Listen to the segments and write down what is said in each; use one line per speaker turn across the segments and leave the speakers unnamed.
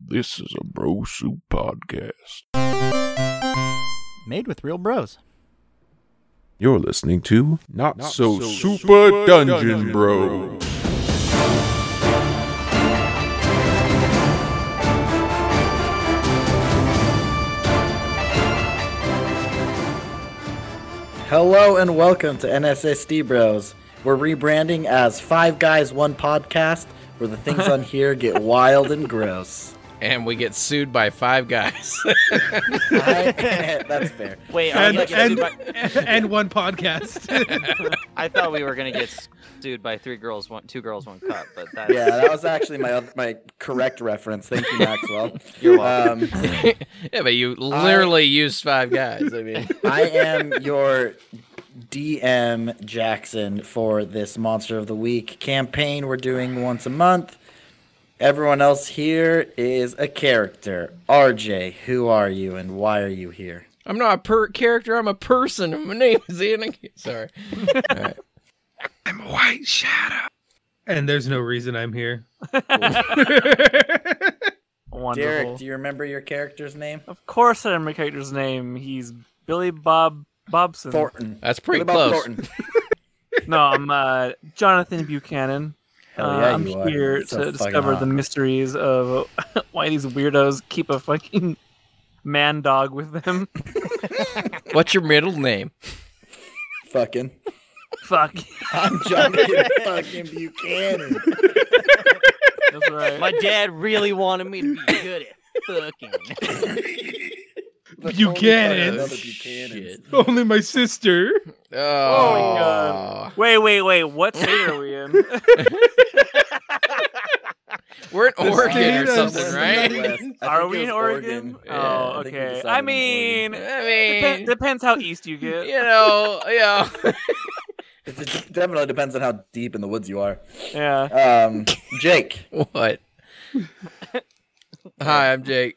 This is a Bro Soup podcast.
Made with real bros.
You're listening to Not, so, Super, Dungeon, Bro.
Hello and welcome to NSSD Bros. We're rebranding as Five Guys One Podcast, where the things on here get wild and gross.
and we get sued by five guys.
I- that's fair.
Wait, are
and,
we gonna
and,
get sued
and one podcast.
by- I thought we were gonna get s- sued by three girls, one, two girls, one cup, but that's
Yeah, that was actually my oth- my correct reference. Thank you, Maxwell.
You're
welcome. Um,
yeah, but you literally used five guys. I mean,
I am your DM Jackson for this Monster of the Week campaign we're doing once a month. Everyone else here is a character. RJ, who are you and why are you here?
I'm not a per character. I'm a person. My name is Ian. Sorry.
and there's no reason I'm here.
Wonderful.
Derek, do you remember your character's name?
of course, I remember my character's name. He's Billy Bob Bobson.
Thornton.
That's pretty
What about
close.
Thornton?
No, I'm uh, Jonathan Buchanan.
Hell
Uh,
yeah,
I'm
you are.
here
So
to
fucking
discover
hot.
the mysteries of why these weirdos keep a fucking man dog with them.
What's your middle name?
Fucking.
Fuck.
I'm Jonathan fucking Buchanan.
That's right.
my dad really wanted me to be good at fucking.
The
Buchanan.
only fucking other Buchanans.
Shit.
Only my sister.
Oh,
God. wait, wait, wait. What state are we in?
we're in Oregon or
state of
something,
the
right?
Midwest. I think
are
it
we
was
in Oregon?
Yeah,
oh,
I think we
okay.
decided
I
on Oregon.
mean,
I
depen-
mean,
depends how east you get.
you know, yeah.
It just definitely depends on how deep in the woods you are.
Yeah.
Um, Jake.
What? Hi, I'm Jake.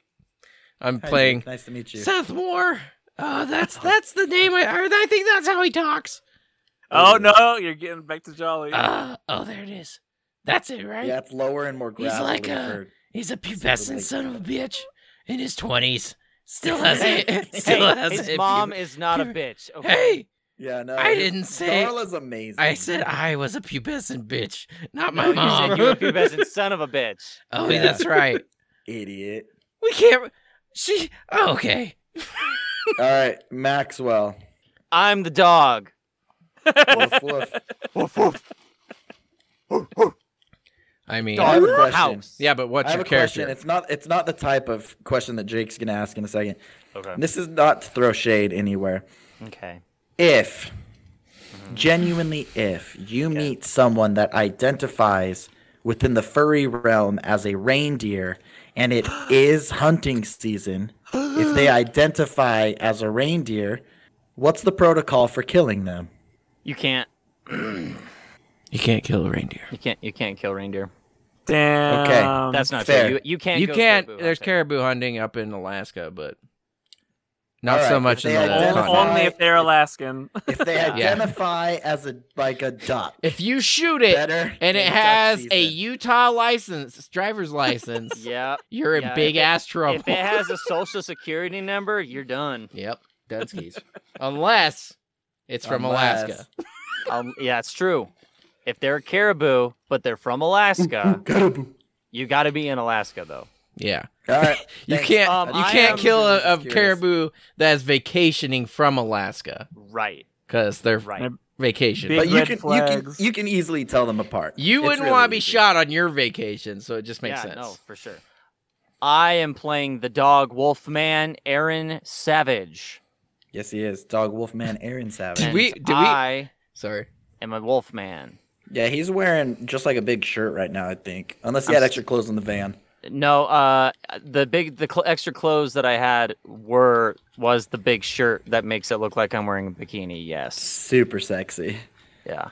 I'm
Hi,
playing
Jake. Nice to meet you.
Seth Moore. Oh, that's that's the name. I or I think that's how he talks.
Oh no, you're getting back to jolly.
Ah.
Uh, oh, there it is. That's it, right?
Yeah, it's lower and more
He's
gravelly.
like a-
for-
He's a
like-
pubescent son of a bitch in his twenties. Still has
Hey,
it. Still has
his
it.
mom is not a bitch. Okay.
Hey,
Yeah, no.
I
his-
didn't say-
Darla's amazing.
I said I was a pubescent bitch, not
No,
my mom.
You said you were a pubescent son of a bitch.
oh,
Yeah.
that's right.
Idiot.
We can't. She. Oh, okay.
All right, Maxwell.
I'm the dog.
Woof, woof.
I mean,
I have a question.
house.
yeah, but what's
I have
your
a
character?
question. It's not it's not the type of question that Jake's gonna ask in a second.
Okay.
This is not to throw shade anywhere.
Okay.
If
Mm-hmm.
genuinely if you meet someone that identifies within the furry realm as a reindeer and it is hunting season, if they identify as a reindeer, what's the protocol for killing them?
You can't.
You can't kill a reindeer.
You can't. You can't kill reindeer.
Damn.
That's not
fair.
true. Um, You, you can't.
You
go
can't.
caribou
there's
hunting.
caribou hunting up in Alaska, but not
All right,
so
if
much in
they
the
identify-
continent.
Only-
Only if they're Alaskan.
If they
Yeah.
identify as a like a duck.
If you shoot it
Better than
and it
duck
has a
season.
Utah license, driver's license,
Yep.
you're in
Yeah, if
big
it-
ass trouble.
If it has a social security number, you're done.
yep, Dunskies. Unless it's from
Unless-
Alaska.
Um, yeah, it's true. If they're a caribou, but they're from Alaska, you got to be in Alaska though.
Yeah,
All right.
you
Thanks.
can't.
Um,
you
I
can't
am
kill a, a
just curious.
caribou that is vacationing from Alaska
Right,
because they're
right.
vacation.
Big-
But you
red
can you can
flags.
you can easily tell them apart.
you
It's
wouldn't
really
want to be
easy.
shot on your vacation, so it just makes
yeah,
sense.
no, for sure. I am playing the dog Wolfman Aaron Savage.
Yes, he is. Dog Wolfman Aaron Savage.
Did
and
we- did we-
I
Sorry.
am a wolfman.
Yeah, he's wearing just like a big shirt right now, I think. Unless he
I'm
had
s-
extra clothes in the van.
No, uh, the big the cl- extra clothes that I had were was the big shirt that makes it look like I'm wearing a bikini. Yes,
Super sexy.
yeah.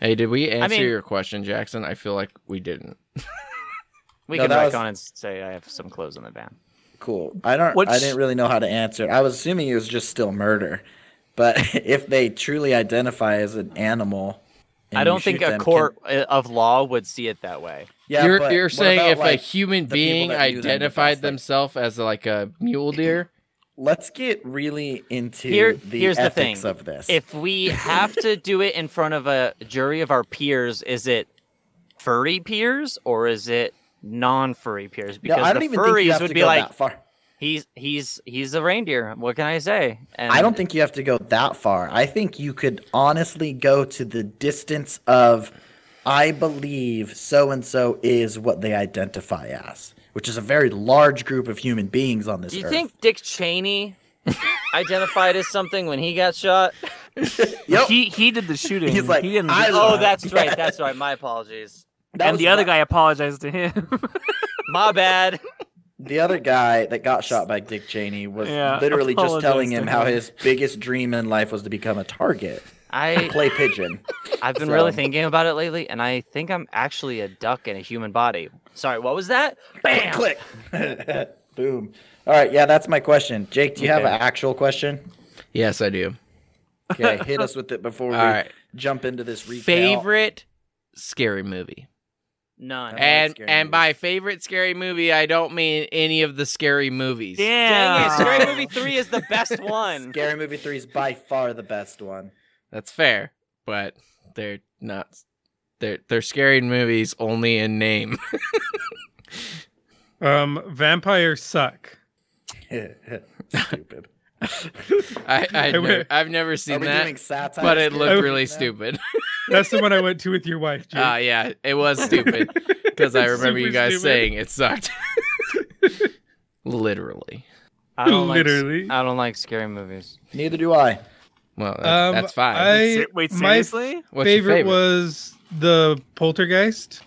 Hey, did we answer
mean-
your question, Jackson? I feel like we didn't.
We
No,
can
that
back
was-
on and say I have some clothes in the van.
Cool. I don't I
What's-
didn't really know how to answer. I was assuming it was just still murder. But if they truly identify as an animal and
I
you
don't think
shoot
a
them, can-
court uh of law would see it that way.
Yeah,
you're
but
you're
what
saying
about,
if
like,
a human
the people
being
that knew them in the
identified
past, like-
themselves as like a mule deer?
let's get really into
Here-
the
here's the
ethics
thing.
of this.
If we have to do it in front of a jury of our peers, is it furry peers or is it non-furry peers?
no,
Because
I don't
the
even think you
furries
have
would
to
be
go
like,
that far.
he's he's he's a reindeer. What can I say? And
I don't think you have to go that far. I think you could honestly go to the distance of I believe so and so is what they identify as, which is a very large group of human beings on this
Do you
earth.
think Dick Cheney identified as something when he got shot?
Yep.
He he did the shooting.
He's like,
he didn't.
I
do-
Oh,
love-
that's right. That's right. My apologies.
That
and
was
the other
wha-
guy apologized to him.
My bad.
the other guy that got shot by Dick Cheney was
Yeah,
literally just telling
apologize
him
to
how
him.
his biggest dream in life was to become a target,
I
play pigeon.
I've been really
So-
thinking about it lately, and I think I'm actually a duck in a human body. Sorry, what was that? Bam!
Click. Boom. All right, yeah, that's my question. Jake, do you have
Okay.
an actual question?
Yes, I do.
Okay, hit us with it before we
All right.
jump into this recap.
Favorite scary movie.
None.
Eh.
And
scary
and
movies.
by favorite scary movie, I don't mean any of the scary movies.
Dang
Damn.
it! Scary Movie Three is the best one.
Scary Movie 3 is by far the best one.
That's fair, but they're not. They're they're scary movies only in name.
Um, vampires suck.
stupid.
I I'd
I would-
never, I've never
Are
seen
we
that,
doing satire?
but it
scary
would-
looked
movies
really
now?
stupid.
That's the one I went to with your wife, Jake.
Ah, yeah, it was stupid because I remember you
Super
guys
stupid.
saying it sucked. Literally.
I don't like,
Literally.
I don't like scary movies.
Neither do I.
Well, that,
Um,
that's fine.
I-
Se- Wait,
my f-
seriously?
What's your
favorite,
favorite?
was the Poltergeist.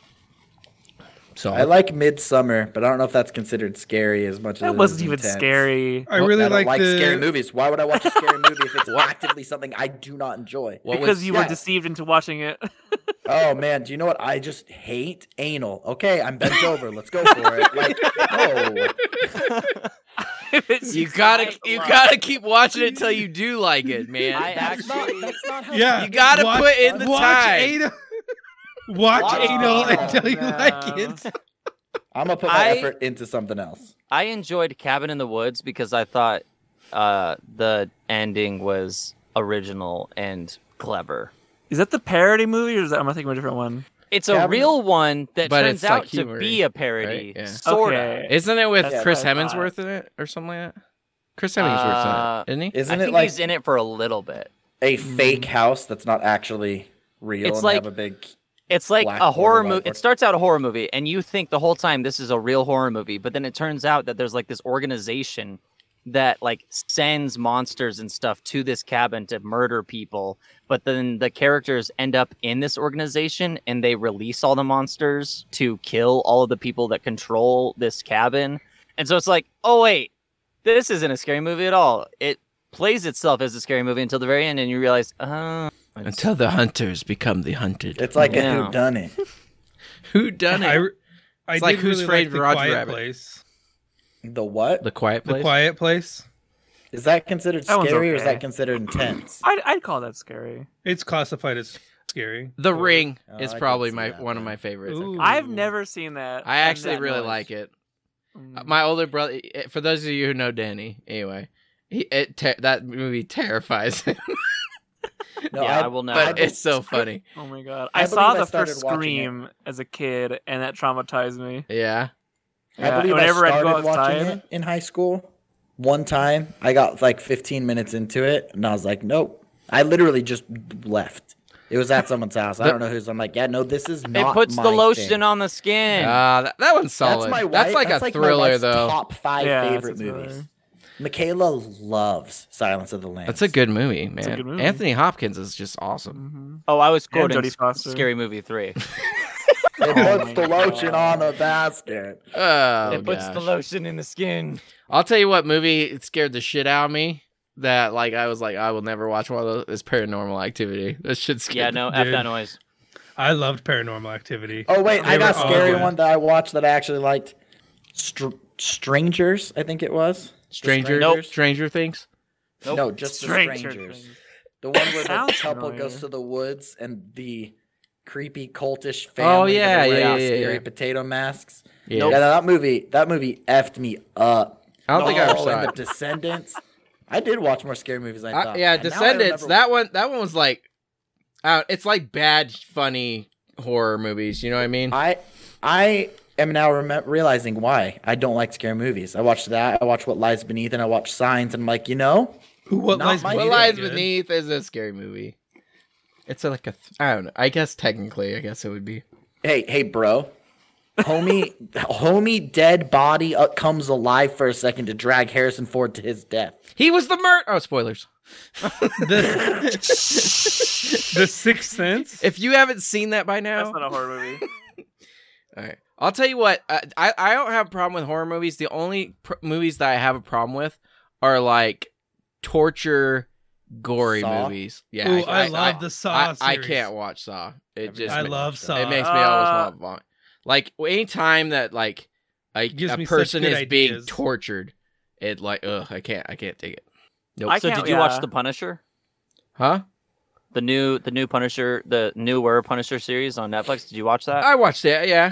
So
I like Midsummer, but I don't know if that's considered scary as much as it
that
is
wasn't even
intense.
scary.
I
Well,
really
I don't
like,
like
the
scary movies. Why would I watch a scary movie if it's actively something I do not enjoy?
what
because
was,
you
yeah.
were deceived into watching it.
Oh man, do you know what I just hate? Anal. Okay, I'm bent over. Let's go for it. Like, oh,
If it's-
you gotta you gotta keep watching it till you do like it, man.
I
that's not,
actually,
that's not how
Yeah,
You gotta
watch-
put in the
watch
time.
Anal, watch,
Watch
anal
Anal.
until you like it.
I'm gonna put my
I-
effort into something else.
I enjoyed Cabin in the Woods because I thought uh, the ending was original and clever.
Is that the parody movie, or is that, am I thinking of a different one?
It's
Cabin-
a real one that
But
turns
it's like
out
humor-y,
to be a parody,
right? Yeah.
sort of.
Okay.
Isn't it with
That's
Chris
what I thought.
Hemsworth in it or something like that? Chris Hemsworth's
Uh,
in it, isn't he?
Isn't
I
it
think
like
he's in it for a little bit.
a fake house that's not actually real
It's
and
like-
have a big?
It's like
Black
a horror
borderline
movie.
horror.
It starts out a horror movie, and you think the whole time this is a real horror movie, but then it turns out that there's like this organization that like sends monsters and stuff to this cabin to murder people. But then the characters end up in this organization, and they release all the monsters to kill all of the people that control this cabin. And so it's like, oh wait, this isn't a scary movie at all. It plays itself as a scary movie until the very end, and you realize, oh, it's-
Until the hunters become the hunted.
It's like a
Yeah.
who done it.
who done
I,
it?
re- I
It's
did
like
really
Who's Afraid
like the
Roger
Quiet
Rabbit.
Place.
The what?
the Quiet
The
Place.
Quiet Place.
Is that considered
That
scary or
one's
is
okay.
that considered intense?
I'd, I'd call that scary.
It's classified as scary.
The
Or-
Ring
Oh, I
is
can
probably
see
my
that,
one of
yeah.
my favorites.
Ooh.
I've never seen that.
I
and
actually
that
really
noise.
like it.
Mm.
My older brother. eh, For those of you who know Danny, anyway, he, it ter- that movie terrifies him,
No,
yeah, I,
I,
will never.
but it's so funny.
Oh my god!
I
I, saw
believe I
the first
started watching it.
Scream as a kid, and that traumatized me.
Yeah,
I
Yeah,
believe
whenever
I
I'd go
started watching
outside-
it in high school. One time, I got like 15 minutes into it, and I was like, "Nope." I literally just left. It was at someone's house. I
The-
don't know who's. I'm like, "Yeah, no, this is
It
not."
puts
my
the lotion
thing."
on the skin.
Ah, that, that one's solid. That's,
That's my wife.
like
that's
a
my
thriller,
wife's
though.
Top five
Yeah, it's
favorite
a thriller.
movies. Michaela loves Silence of the Lambs.
That's a good movie, man.
a good movie.
Anthony Hopkins is just awesome.
Mm-hmm.
Mhm.
oh, I was
And
quoting
Jodie
S-
Foster.
Scary Movie Three.
It
It
Oh
puts
my
the lotion on the basket.
Oh,
puts the
gosh.
lotion in the skin.
I'll tell you what movie it scared the shit out of me. That like I was like I will never watch one of those. It's Paranormal Activity. That shit
Yeah,
scared.
no,
Dude.
F that noise.
I loved Paranormal Activity.
Oh wait, I
They were
got a
all
scary
good.
one that I watched that I actually liked. Str- Strangers, I think it was.
Stranger.
Nope.
Stranger Things.
Nope.
No, just the
Stranger
Strangers.
Things.
The one where the
Sounds
couple
familiar.
goes to the woods and the creepy cultish family. that
Oh, yeah,
are
yeah,
wearing
yeah, yeah,
Scary
yeah.
potato masks.
Yeah.
Yeah, no, that movie. That movie effed me up.
I don't think I ever
Oh,
saw
and
it.
The Descendants. I did watch more scary movies. Than I
I,
thought.
yeah,
And now I
Descendants.
remember-
that one. That one was like, uh, it's like bad, funny horror movies. You know what I mean?
I I am now remem realizing why I don't like scary movies. I watched that. I watched What Lies Beneath, and I watched Signs, and I'm like, you know,
Who what
Not
lies,
my-
what
It
Lies
Good.
Beneath is a scary movie. It's a, like a. Th- I don't know. I guess technically, I guess it would be.
hey, hey, bro, homie, homie, dead body uh, comes alive for a second to drag Harrison Ford to his death.
He was the murder. Oh, spoilers!
The, the Sixth Sense.
If you haven't seen that by now,
That's not a horror movie.
All right. I'll tell you what. I I, I don't have a problem with horror movies. The only pr- movies that I have a problem with are like torture, gory
Saw?
movies. Yeah,
Ooh, I, love the Saw
I, I
series.
can't watch Saw. It
Every
just
I
make-
love
it
Saw. Ah.
it makes me always
Uh,
want to vomit. Like anytime that like a,
Gives
a
me such
person
good
is being
ideas.
tortured, it like ugh, I can't, I can't take it. Nope.
so
can't-
did you watch
yeah.
The Punisher?
huh?
The new the new Punisher, the newer Punisher series on Netflix. Did you watch that?
I watched it. Yeah,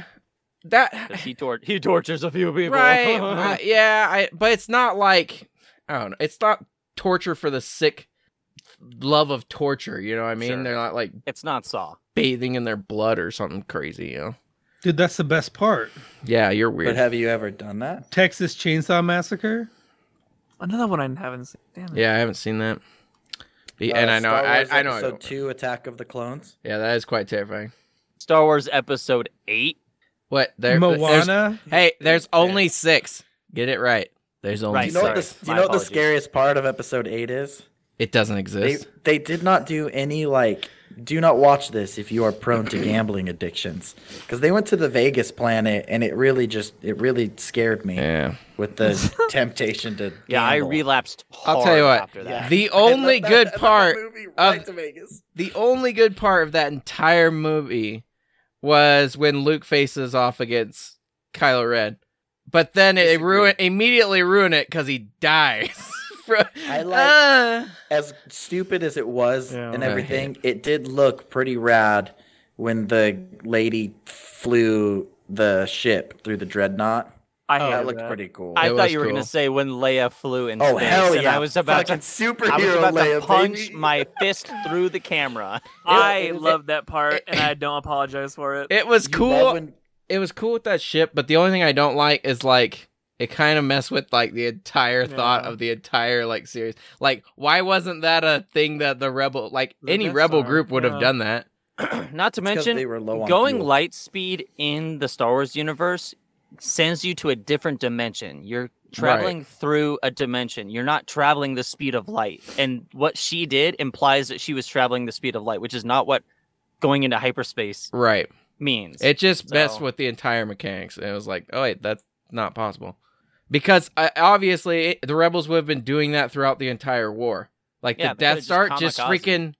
'Cause
that
he tor- he tortures a few people.
right uh, yeah i but it's not like i don't know it's not torture for the sick love of torture you know what i mean
Sure.
they're not like
it's not Saw.
bathing in their blood or something crazy you know
Dude, that's the best part.
yeah you're
But
weird
have you ever done that?
Texas Chainsaw Massacre.
Another one I haven't seen. Damn it.
yeah i haven't seen that Be-
Uh,
and i know
Star Wars
I, I know I
Episode
don't.
two, Attack of the Clones.
yeah that is quite terrifying
Star Wars Episode Eight.
what there there's-
Moana.
hey there's only six get it right there's only
Right,
Do you
six
know what
sorry.
the, do
My
you know what the
apologies.
scariest part of episode eight is?
it doesn't
They
exist
they did not do any like do not watch this if you are prone to gambling addictions because they went to the Vegas planet and it really just it really scared me
yeah
with the temptation to
Yeah, I
gamble.
relapsed. Hard
I'll tell you what.
After that,
the
I left
only
that-
good
I left that
part
movie
of-
to Vegas.
the only good part of that entire movie was when Luke faces off against Kylo Ren. But then it
Disagree.
ruin immediately ruin it because he dies. From,
I like-
Uh,
as stupid as it was
Yeah.
and
Yeah.
everything, it did look pretty rad when the lady flew the ship through the dreadnought.
I
Oh,
hated
that looked
that.
pretty cool.
Oh, I
It
thought
was
you were
cool.
gonna say when Leia flew in
oh
space,
hell
and
yeah!
I was about
Fucking
to.
superhero
I was about
Leia,
to punch
baby.
my fist through the camera.
I
it-
love that part, and I don't apologize for it.
it was
You love
cool.
when-
it was cool with that ship, but the only thing I don't like is like it kind of messed with like the entire thought
Yeah.
of the entire like series. Like, why wasn't that a thing that the rebel like
The
any
Death
rebel
Star,
group would have
yeah.
done that?
Not to
It's 'cause
mention,
they were low on
going
fuel.
light speed in the Star Wars universe sends you to a different dimension. You're traveling through a dimension. You're not traveling the speed of light. And what she did implies that she was traveling the speed of light, which is not what going into hyperspace
Right.
means.
It just messed
So-
with the entire mechanics. And it was like, oh, wait, that's not possible. Because uh, obviously, it- the rebels would have been doing that throughout the entire war. Like the
Yeah, they could've
Death
just
Star just
kamikaze.
freaking.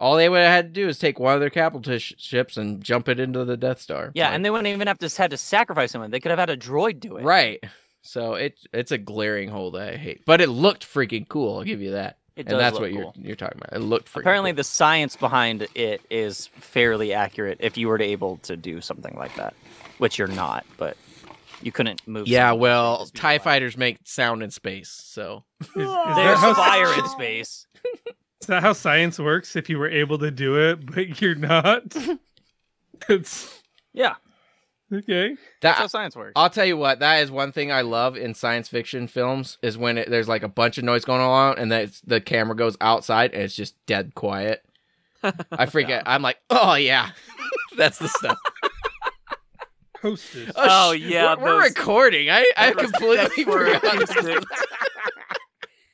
All they would have had to do is take one of their capital sh- ships and jump it into the Death Star.
yeah,
Like,
and they wouldn't even have to had to sacrifice someone. They could have had a droid do it.
right. So it it's a glaring hole that I hate, but it looked freaking cool. I'll give you that.
It does
and that's
look
what
cool.
you're you're talking about. It looked freaking.
Apparently,
cool.
the science behind it is fairly accurate if you were to able to do something like that, which you're not, but you couldn't move.
yeah.
someone at the
Well,
speed of
Tie
light.
fighters make sound in space, so
Is, is that
Oh, There's
how,
fire in space.
Is that how science works? If you were able to do it, but you're not. it's
Yeah,
okay.
that's
that
Ah.
how science works.
I'll tell you what, that is one thing I love in science fiction films is when it, there's like a bunch of noise going on and that the camera goes outside and it's just dead quiet. I freak out. I'm like, oh yeah, that's the stuff.
Hostess.
Oh,
sh-
yeah,
we're, we're
those-
recording. I, I
those
completely
were
forgot.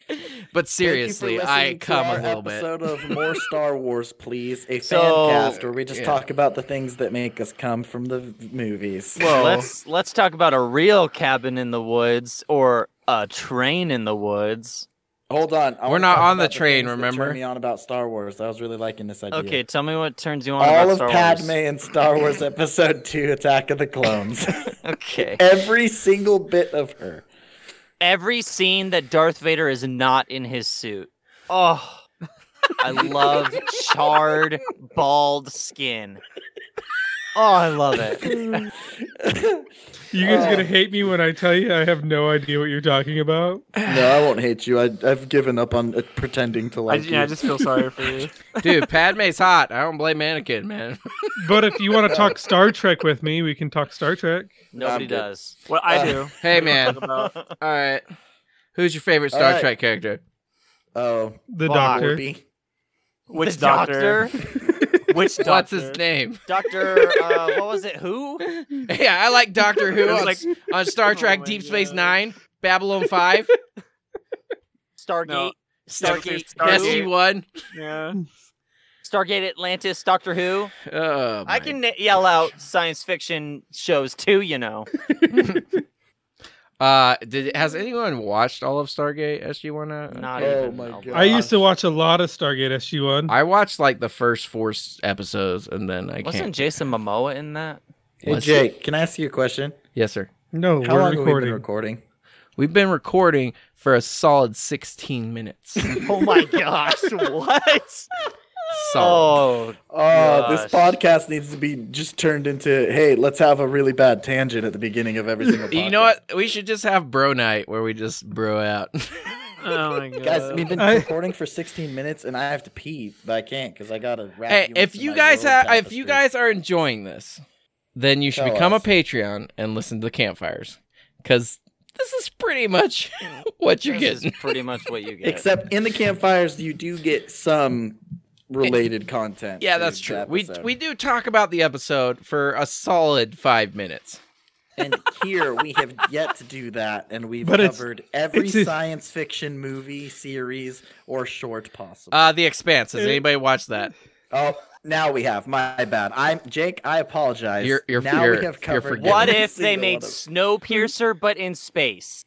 But
Thank you for
seriously, I
listening to
come
our
a little bit.
episode of More Star Wars, please. A
So-
fan cast where we just
yeah.
talk about the things that make us come from the v- movies.
let's let's talk about a real cabin in the woods or a train in the woods.
Hold on, I
We're
wanna
not
talk
on the
about
train,
things that turned
remember?
me on about Star Wars. I was really liking this idea.
Okay, tell me what turns you on.
all
about
of
Star
Padme
Wars.
in Star Wars Episode Two: Attack of the Clones.
Okay,
Every single bit of her.
every scene that Darth Vader is not in his suit. Oh, I love charred, bald skin. Oh, I love it.
You guys gonna hate me when I tell you I have no idea what you're talking about.
No, I won't hate you. I, I've given up on uh, pretending to
I,
like you.
yeah, I just feel sorry for you.
Dude, Padme's hot. I don't blame Anakin, man.
But if you want to talk Star Trek with me, we can talk Star Trek.
Nobody
good.
does.
What I do.
Hey, man. All
About,
right. Who's your favorite
All
Star
right.
Trek character?
oh,
The
Fuck.
Doctor.
Orby.
which
The
doctor?
Which doctor?
What's his name?
Doctor, uh, what was it? Who?
Yeah, I like Doctor Who
It was
on,
like-
on Star
Oh
Trek
my
Deep Space
God.
Nine, Babylon 5,
Stargate.
No.
Stargate.
Stargate.
Who?
SG1.
Yeah.
Stargate Atlantis. Doctor Who.
Oh,
I
my-
can yell out science fiction shows too. You know.
Uh, did has anyone watched all of Stargate SG1? Out?
Not
Oh
even.
my
a
God.
lot.
I used to watch a lot of Stargate SG One.
I watched like the first four s- episodes, and then I
Wasn't
can't.
Jason Momoa in that?
Hey,
Let's-
Jake, can I ask you a question?
Yes, sir.
No,
How
we're
long have we
recording.
been recording?
We've been recording for a solid 16 minutes.
Oh my gosh! What?
solid.
Oh,
Oh, this
Gosh.
podcast needs to be just turned into hey, let's have a really bad tangent at the beginning of every single podcast.
you know what? We should just have bro night where we just bro out.
Oh my god.
Guys, we've been
I-
recording for 16 minutes and I have to pee, but I can't because I gotta wrap.
hey,
you up
if
to
you
my
guys
royal
have, if
tapestry.
you guys are enjoying this, then you should
Tell
become
us.
a Patreon and listen to the campfires because this is pretty much what you're
this
getting.
is pretty much what you get.
except in the campfires, you do get some related content.
Yeah,
to
that's
the
true. We
episode.
we do talk about the episode for a solid five minutes.
and here we have yet to do that, and we've
But it's-
covered every
it's a-
science fiction movie, series, or short possible.
Uh, The Expanse. Has anybody watched that?
oh, now we have. My bad. I'm Jake. I apologize.
You're- you're-
now
you're-
we
you're
have covered.
forgiven.
What
every
if they
single one
made
of-
Snowpiercer but in space?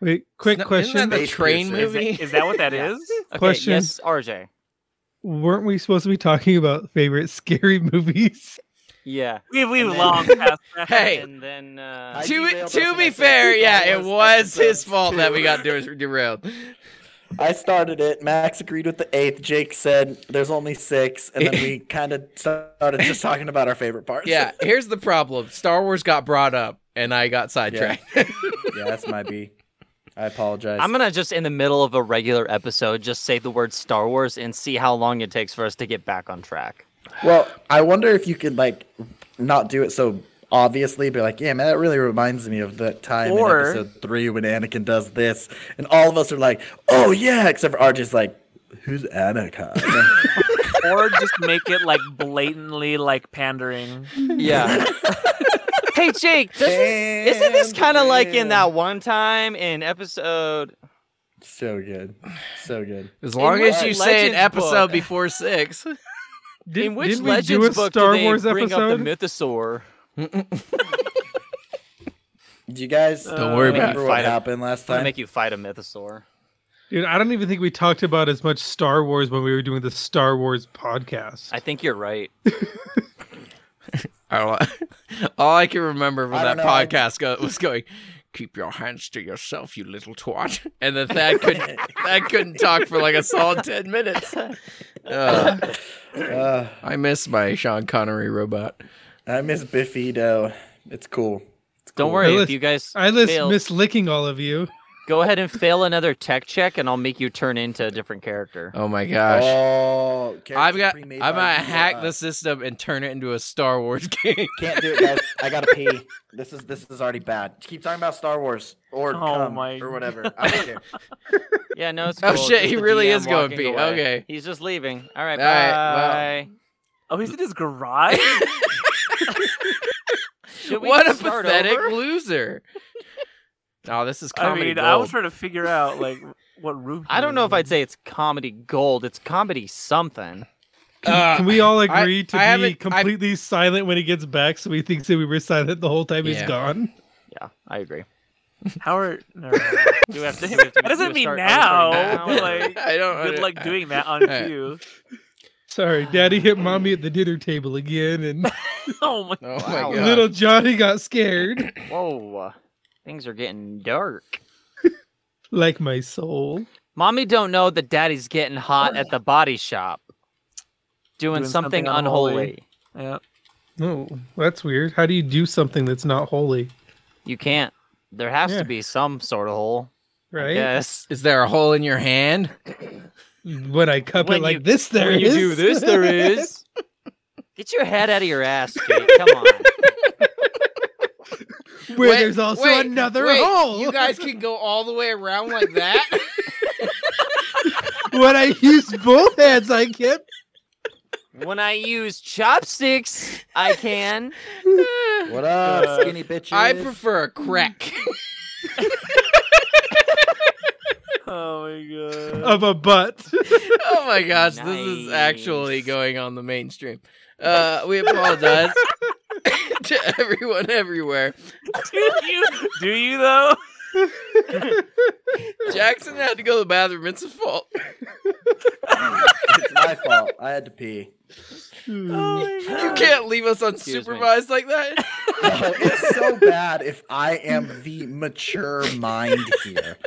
Wait, quick
Isn't-
question.
Isn't that the
Space
train
Piercer.
is, that,
movie?
is that what that is?
Okay,
Question.
Yes, RJ.
Weren't we supposed to be talking about favorite scary movies?
Yeah.
We we
And then-
long past that.
Hey.
And then
I
uh,
to
derailed us
to
and
be
I said
fair,
that
yeah, it was his
episode
fault that we
two.
got der- derailed.
I started it. Max agreed with the eighth. Jake said there's only six, and then we kind of started just talking about our favorite parts.
Yeah, here's the problem: Star Wars got brought up, and I got sidetracked.
yeah, that's my B. I apologize.
I'm gonna just in the middle of a regular episode just say the word Star Wars and see how long it takes for us to get back on track.
Well, I wonder if you could like not do it so obviously, but like, yeah, man, that really reminds me of that time
Or-
in episode three when Anakin does this, and all of us are like, oh yeah, except for RJ's like, who's Anakin?
Or just make it like blatantly like pandering.
Yeah. hey Jake, doesn't, isn't this kind of like in that one time in episode?
So good, so good.
As long
which
as you say an
Legends
episode
book-
before six,
Did,
in which
did we do a
Legends book
Star
do they
Wars
bring up
episode?
the Mythosaur?
Do you guys
Don't worry
about it.
remember what
Fight it.
happened last
It's gonna
time?
make you fight a Mythosaur.
Dude, I don't even think we talked about as much Star Wars when we were doing the Star Wars podcast.
I think you're right.
I don't- all I can remember from
I
that
don't know, I-
podcast go- was going, "Keep your hands to yourself, you little twat," and then Thad couldn't Thad couldn't talk for like a solid ten minutes. Ugh.
Uh,
I miss my Sean Connery robot.
I miss Biffy though. It's cool.
Don't
I
worry if
list-
you guys
I list
fail,
miss licking all of you.
go ahead and fail another tech check, and I'll make you turn into a different character.
Oh my gosh.
Oh,
I've
characters
got. I'm
pre-made by
gonna
you or
hack
us.
the system and turn it into a Star Wars game.
Can't do it, guys. I gotta pee. This is this is already bad. Keep talking about Star Wars or
Oh
cum
my-
or whatever. I don't care.
Yeah, no, it's
Oh,
cool.
shit,
Just
he
the
really
DM
is going
walking
pee.
away.
Okay.
He's just leaving. All right,
All right, well.
bye.
Oh, he's in his garage?
Should we
what a
just start
pathetic
over?
loser. Oh, this is
I
comedy
mean,
gold.
I was trying to figure out like what room.
I don't know if I'd
I'd.
say it's comedy gold. It's comedy something. Uh,
Ugh.
Can we all
I-
agree to
I haven't-
be
I've-
completely silent when he gets back so he thinks that we were silent the whole time he's
Yeah.
gone?
Yeah, I agree.
How are? never mind.
Do we have to, do we have to
That doesn't
do a
mean
start-
now.
are we starting now?
like,
I don't.
good luck
I-
doing that on
Alright.
cue.
Sorry, Daddy hit mommy at the dinner table again, and
Oh my.
Oh
Wow.
my god.
little Johnny got scared,
Whoa, things are getting dark.
like my soul.
Mommy don't know that daddy's getting hot at the body shop, doing,
Doing
something,
something
unholy.
unholy. Yeah.
No, Oh, that's weird. How do you do something that's not holy?
You can't. There has
Yeah.
to be some sort of hole.
Right?
Yes.
Is there a hole in your hand?
When I cup
When
it like
you-
this, there
when you
is.
do this, there is. Get your head out of your ass, Jake. Come on.
Where
Wait,
there's also
wait,
another
wait,
hole.
You guys can go all the way around like that.
when I use both hands, I get.
When I use chopsticks, I can.
What up,
Uh,
skinny bitches?
I prefer a crack.
Oh my god.
Of a butt.
oh my gosh, this is actually
Nice.
going on the mainstream. Uh, we apologize to everyone everywhere.
do you? Do you though?
Jackson had to go to the bathroom. It's his fault.
It's my fault. I had to pee.
You can't leave us
Excuse me.
unsupervised like that.
Oh, it's so bad if I am the mature mind here.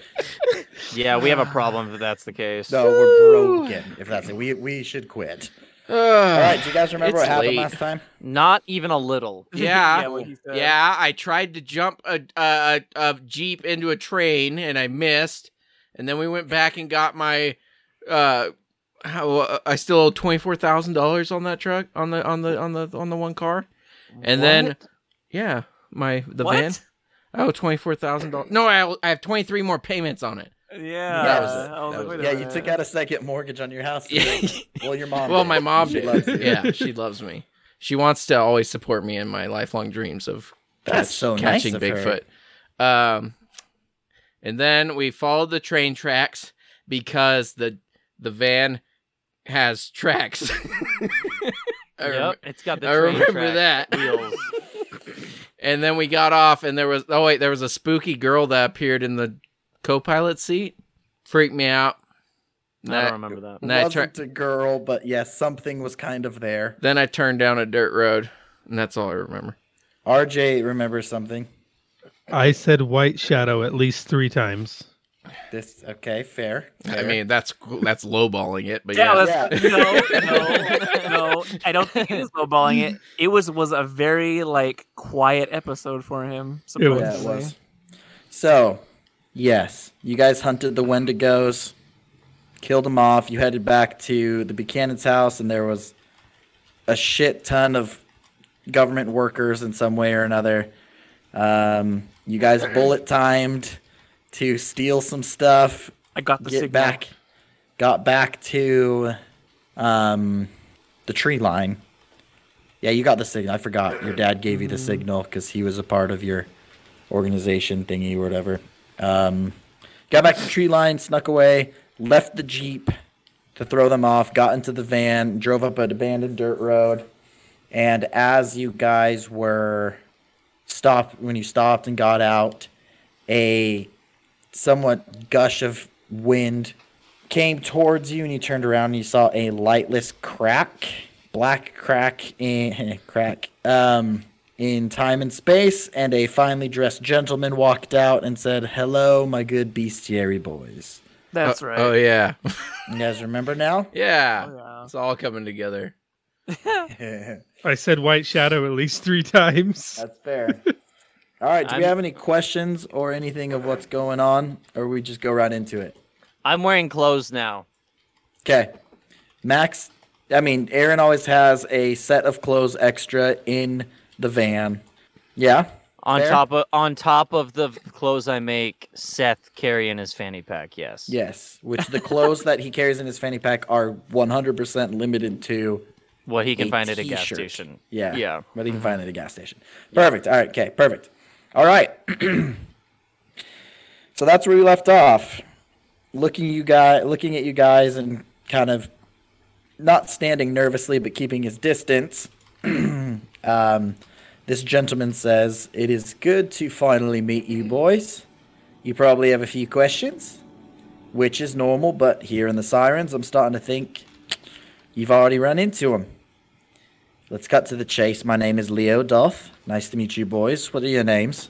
Yeah, we have a problem if that's the case.
No, we're broken. If that's it, we we should quit. All right, do you guys remember what
It's
happened
late.
last time?
Not even a little.
yeah.
what he said.
Yeah, I tried to jump a, a a jeep into a train and I missed, and then we went back and got my. Uh, how, uh, I still owe twenty four thousand dollars on that truck on the on the on the on the one car, and then yeah, my the
What?
van. Oh, twenty four thousand dollars. No, I I have twenty three more payments on it.
Yeah.
That was it.
I was
That
like,
was
wait a
Yeah, you
minute.
took out a second mortgage on your house. Well, your mom.
well,
did.
my mom
She
did.
loves you.
Yeah, she loves me. She wants to always support me in my lifelong dreams of
That's so nice
catching
of her.
Bigfoot. Um, and then we followed the train tracks because the the van has tracks. I, rem-
Yep, it's got the
I
train
remember
track
that.
wheels.
and then we got off, and there was oh wait, there was a spooky girl that appeared in the co-pilot seat. Freaked me out.
I
That-
don't remember that.
And I
Wasn't a girl, but yes, something was kind of there.
Then I turned down a dirt road, and that's all I remember.
RJ remembers something.
I said white shadow at least three times.
This okay, fair.
I
fair.
mean, that's that's lowballing it, but yeah,
Yeah,
Yeah.
that's, no, no, no. I don't think he was lowballing it. It was was a very like quiet episode for him.
It was.
yeah, it
surprisingly.
was. So, yes, you guys hunted the Wendigos, killed them off. You headed back to the Buchanan's house, and there was a shit ton of government workers in some way or another. Um, you guys bullet timed to steal some stuff,
I got the
get
signal.
back, got back to um, the tree line. Yeah, you got the signal. I forgot. Your dad gave you the
Mm-hmm.
signal because he was a part of your organization thingy or whatever. Um, got back to the tree line, snuck away, left the jeep to throw them off, got into the van, drove up an abandoned dirt road, and as you guys were stopped, when you stopped and got out, a somewhat gush of wind came towards you and you turned around and you saw a lightless crack black crack in crack um in time and space and a finely dressed gentleman walked out and said hello my good bestiary boys
That's
Uh,
right.
Oh yeah,
you guys remember now
yeah,
yeah.
it's all coming together.
that's
I said white shadow at least three times.
fair all right do we
I'm-
have any questions or anything of what's going on or we just go right into it
I'm wearing clothes now.
Okay. Max, I mean, Aaron always has a set of clothes extra in the van. Yeah.
On
Fair.
top of on top of the clothes I make, Seth carry in his fanny pack. Yes.
Yes. Which the clothes that he carries in his fanny pack are 100% limited to.
What he can
A
find at a gas
t-shirt.
station.
Yeah.
Yeah.
But he can find it at a gas station. Perfect. All right. Okay. Perfect. All right. so that's where we left off. Looking you guys, looking at you guys, and kind of not standing nervously, but keeping his distance. um, this gentleman says, "It is good to finally meet you, boys. You probably have a few questions, which is normal. But here in the sirens, I'm starting to think you've already run into them." Let's cut to the chase. My name is Leo Dolph. Nice to meet you, boys. What are your names?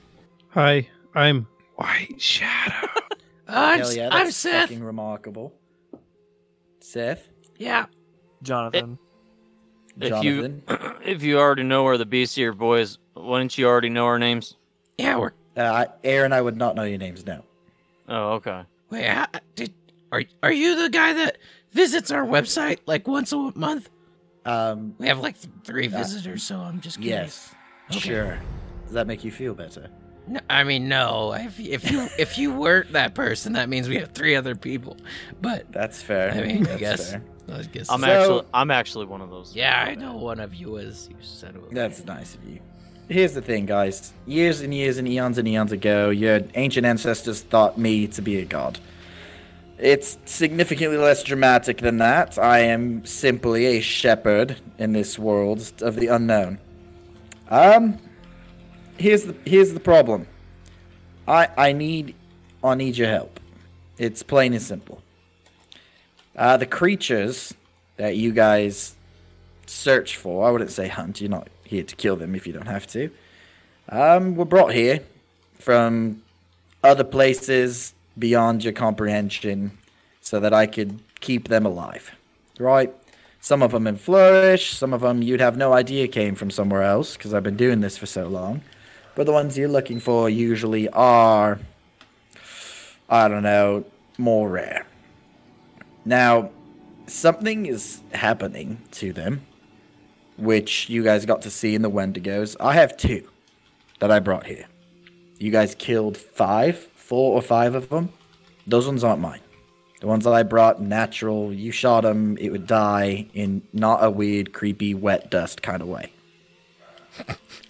Hi, I'm white shadow.
I'm,
Hell yeah, that's
I'm Seth.
fucking remarkable. Seth,
Yeah.
Jonathan.
If you-
Jonathan.
If you already know where the beastier boys, wouldn't you already know our names?
Yeah, we're.
Uh, Aaron, I would not know your names now.
Oh, okay.
Wait, how, did, are, are you the guy that visits our website like once a month?
Um,
We have like th- three visitors, so I'm just curious.
yes, sure. Does that make you feel better?
No, I mean, no. If, if you if you weren't that person, that means we have three other people. But
That's fair.
I mean, I
That's
guess.
fair.
I guess.
I'm
So-
actually I'm actually one of those.
yeah, I know one of you is. You said it was.
That's nice of you. Here's the thing, guys. Years and years and eons and eons ago, your ancient ancestors thought me to be a god. It's significantly less dramatic than that. I am simply a shepherd in this world of the unknown. Um, here's the here's the problem. I I need I need your help. It's plain and simple. Uh, the creatures that you guys search for. I wouldn't say hunt. You're not here to kill them if you don't have to. Um, were brought here from other places beyond your comprehension, so that I could keep them alive. Right? Some of them in flourish. Some of them you'd have no idea came from somewhere else because I've been doing this for so long. But the ones you're looking for usually are, I don't know, more rare. Now, something is happening to them, which you guys got to see in the Wendigos. I have two that I brought here. You guys killed five, four or five of them. Those ones aren't mine. The ones that I brought natural, you shot them, it would die in not a weird, creepy, wet dust kind of way.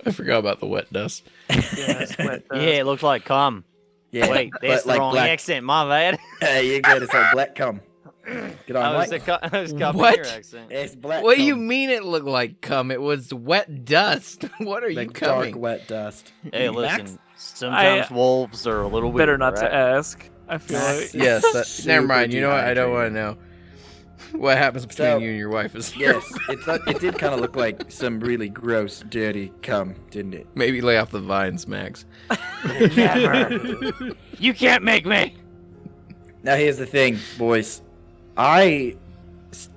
I forgot about the wet dust.
Yeah, sweat, uh,
Yeah, it looked like cum.
Yeah,
Wait, that's the wrong
black,
accent. My bad.
Yeah, you're good. It's like black cum. Good
I
on,
was,
Mike.
co- I was copying
What?
your accent.
It's black.
What do you
cum,
mean it looked like cum? It was wet dust. What are you
Like dark,
coming?
wet dust.
Hey,
Max-
listen. Sometimes wolves are a little
better
weird,
not
right?
to ask. I feel
Max
like
is
Yes. That,
super
never mind. You know what? I don't want to
dehydrated.
know. What happens between
So-
you and your wife is
Yes, it, th- it did kind of look like some really gross, dirty cum, didn't it?
maybe lay off the vines, Max.
You can't make me.
Now here's the thing, boys. I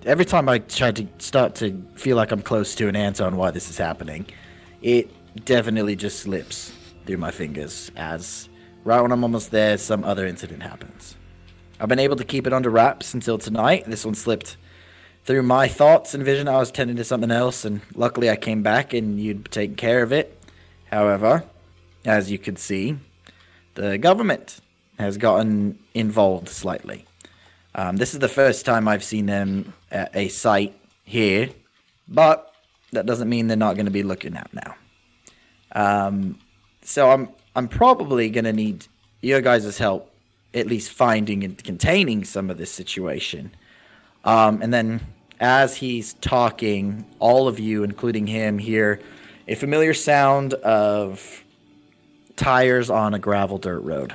every time I try to start to feel like I'm close to an answer on why this is happening, it definitely just slips through my fingers as right when I'm almost there, some other incident happens. I've been able to keep it under wraps until tonight. This one slipped through my thoughts and vision. I was tending to something else, and luckily I came back and you'd taken care of it. However, as you could see, the government has gotten involved slightly. Um, this is the first time I've seen them at a site here, but that doesn't mean they're not going to be looking out now. Um, so I'm I'm probably going to need your guys' help at least finding and containing some of this situation. Um, and then as he's talking, all of you, including him, hear a familiar sound of tires on a gravel dirt road,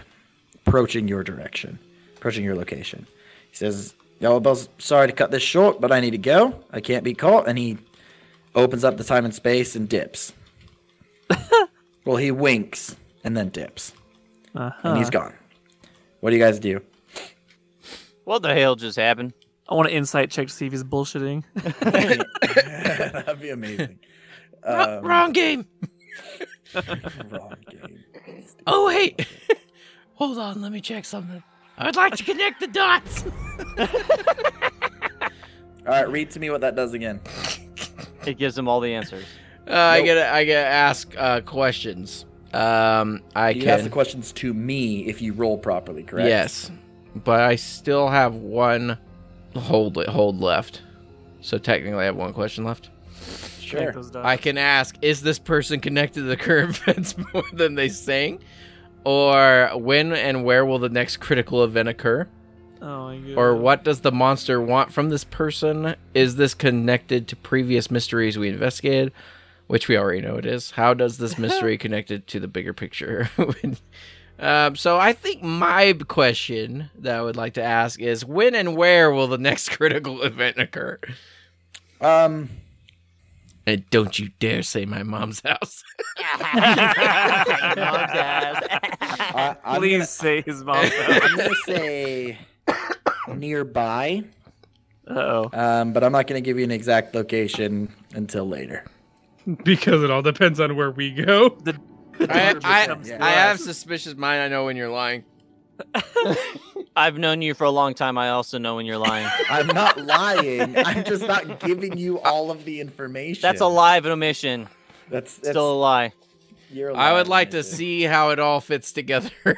approaching your direction, approaching your location. He says, "Yellow Bells, sorry to cut this short, but I need to go. I can't be caught." And he opens up the time and space and dips. well, he winks and then dips, and he's gone. What do you guys do?
What the hell just happened?
I want to insight check to see if he's bullshitting.
That'd be amazing.
Wr- wrong game.
Um, Wrong game.
Oh wait. Hold on. Let me check something. I would like to connect the dots.
All right, read to me what that does again.
It gives them all the answers.
Uh, I gotta I gotta ask uh, questions. Um, I
You
can
ask the questions to me if you roll properly, correct?
yes, but I still have one hold hold left. So technically, I have one question left.
Check
sure.
those dots.
I can ask: Is this person connected to the current events more than they saying, or when and where will the next critical event occur?
Oh my god.
Or what does the monster want from this person? Is this connected to previous mysteries we investigated? Which we already know it is. How does this mystery connected to the bigger picture? um, so I think my question that I would like to ask is when and where will the next critical event occur?
Um,
And don't you dare say my mom's house.
I, I'm
Please
gonna-
say his mom.
I'm gonna say nearby,
oh.
um, but I'm not gonna give you an exact location until later.
because it all depends on where we go.
I, I,
Yeah.
I have suspicious mind. I know when you're lying.
I've known you for a long time. I also know when you're lying.
I'm not lying. I'm just not giving you all of the information.
That's a lie of an omission.
That's, that's
Still a lie.
You're
I would
lying,
like to
Isaac.
see how it all fits together.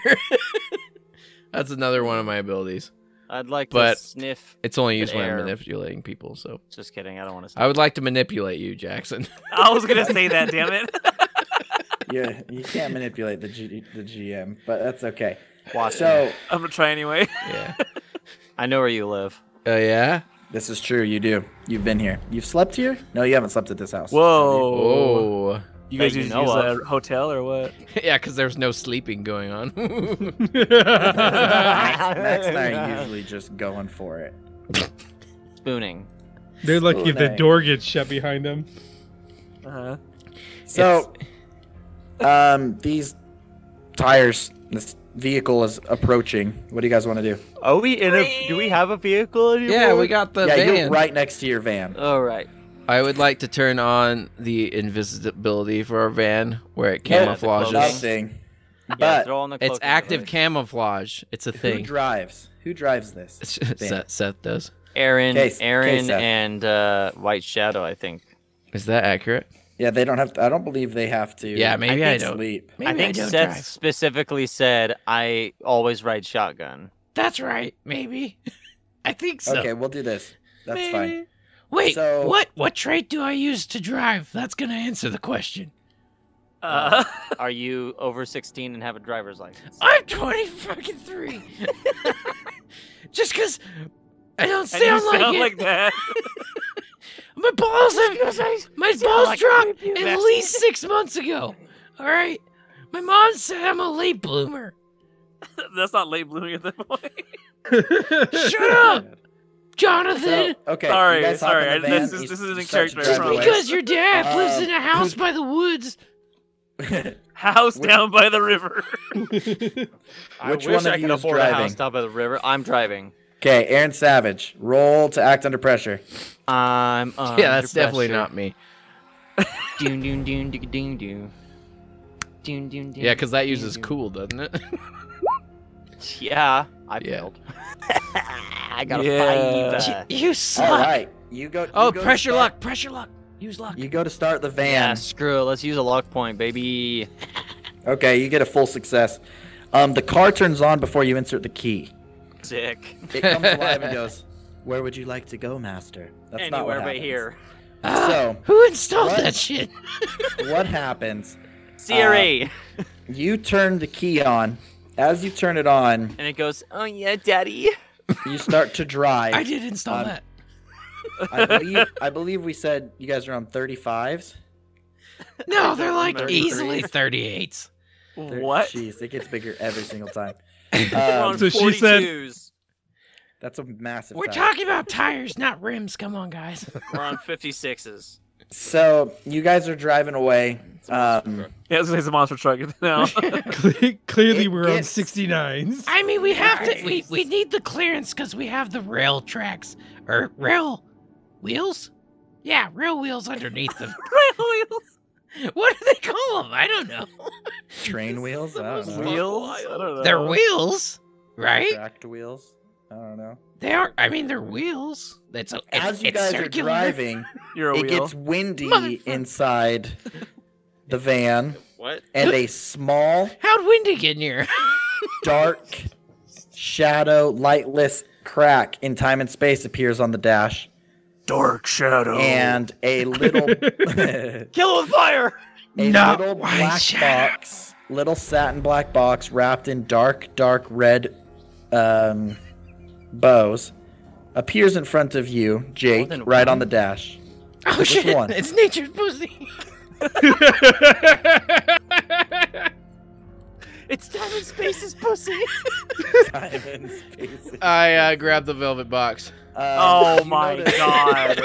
That's another one of my abilities.
I'd like
But-
to sniff.
It's only used
An
when I'm
error.
manipulating people. So
Just kidding. I don't want to.
I would like to manipulate you, Jackson.
I was gonna say that. Damn it.
Yeah, you can't manipulate the G- the GM, but that's okay.
Watch
So
I'm gonna try anyway.
yeah.
I know where you live.
Oh yeah.
this is true. You do. You've been here. You've slept here? No, you haven't slept at this house.
Whoa.
Oh.
You guys
That you
use,
know
use
of.
a hotel or what?
yeah, because there's no sleeping going on.
Max, Max and I are usually just going for it.
Spooning.
They're lucky if the
Spooning.
door gets shut behind them.
Uh-huh.
So, um, these tires, this vehicle is approaching. What do you guys want to do?
Are we in a? Do we have a vehicle anymore?
yeah, we got the
yeah,
van.
you're right next to your van.
All right.
I would like to turn on the invisibility for our van where it
Yeah, the
camouflages.
clothing.
Nothing.
Yeah,
But
throw on the
it's
cloak and
active
everything.
camouflage. It's a
who
thing.
drives? Who drives this? van?
Seth, Seth does.
Aaron,
Okay, s- okay,
Aaron,
Seth.
and uh, White Shadow. I think.
Is that accurate?
Yeah, they don't have. To, I don't believe they have to.
Yeah, maybe I
think
don't.
sleep.
Maybe
I think
don't
Seth
drive.
specifically said, "I always ride shotgun."
That's right. Maybe. I think so.
Okay, we'll do this. That's fine.
Wait,
So-
what? What trait do I use to drive? That's gonna answer the question.
Uh,
Are you over 16 and have a driver's license?
I'm twenty fucking three. Just because I don't
and you
sound like
sound
it,
like that.
my balls have my balls
like a
dropped
baby
at
bastard.
least six months ago. All right, my mom said I'm a late bloomer.
That's not late blooming at that point.
Shut up, Jonathan.
So, okay.
Sorry,
you guys hop
sorry,
in the
this
van,
is-
you
this is an
start to
character, I
drive
promise.
because your dad
uh,
lives in a house by the woods.
away.
House
Which-
down by the river.
Which one of you is driving?
Stop by the river. I'm driving.
Okay, Aaron Savage, roll to act under pressure.
I'm. Under
Yeah, that's definitely
pressure.
not me.
Doom, doom, doom, doom, doom, doom. Doom, doom, doom.
Yeah, because that uses
doom.
cool, doesn't it?
Yeah, I
Yeah.
failed. I got
Yeah.
a five.
You suck.
All right, you go. you
Oh,
go to
pressure
start-
luck, pressure luck. Use luck.
You go to start the
Yeah,
van.
screw it. Let's use a luck point, baby.
Okay, you get a full success. Um, the car turns on before you insert the key.
Sick.
It comes alive and goes. Where would you like to go, Master? That's not what
Anywhere but
happens.
here.
So
Who installed
What?
that shit?
what happens?
Siri,
You turn the key on. As you turn it on,
and it goes. Oh yeah, daddy.
you start to drive.
I did install
um,
that.
I believe, I believe we said you guys are on 35s.
No, they're like
Thirty-three.
easily 38s.
They're-
what?
Jeez, it gets bigger every single time.
We're on
Um,
So she said-
42s.
that's a massive.
We're
time.
talking about tires, not rims. Come on, guys.
We're on 56s.
So you guys are driving away. Um,
Yeah, I was gonna say it's a monster truck now.
Cle- Clearly,
It
we're
gets-
on 69s.
I mean, we have to. We, we need the clearance because we have the rail tracks or rail wheels. Yeah, rail wheels underneath them. What do they call them? I don't know.
train wheels. I don't know.
Wheels?
I don't know.
They're wheels, right?
Tracked wheels. I don't know.
They are. I mean, they're wheels. That's a. It's,
As you
it's
guys
circular.
are driving,
You're a
it
wheel.
gets windy
Motherfucker.
inside the van,
What?
and a small,
How'd Wendy get in here?
dark, shadow, lightless crack in time and space appears on the dash,
Dark
Oh.
shadow.
and a little, a
Kill with fire.
Not
little
white
black
shadow.
box, little satin black box wrapped in dark, dark red um, bows, appears in front of you, Jake,
than
right on the dash.
Oh shit!
one?
It's nature's pussy.
It's time and space is pussy.
Time and space.
I uh, grabbed the uh, velvet box.
Oh
Um, you
my
notice-
god.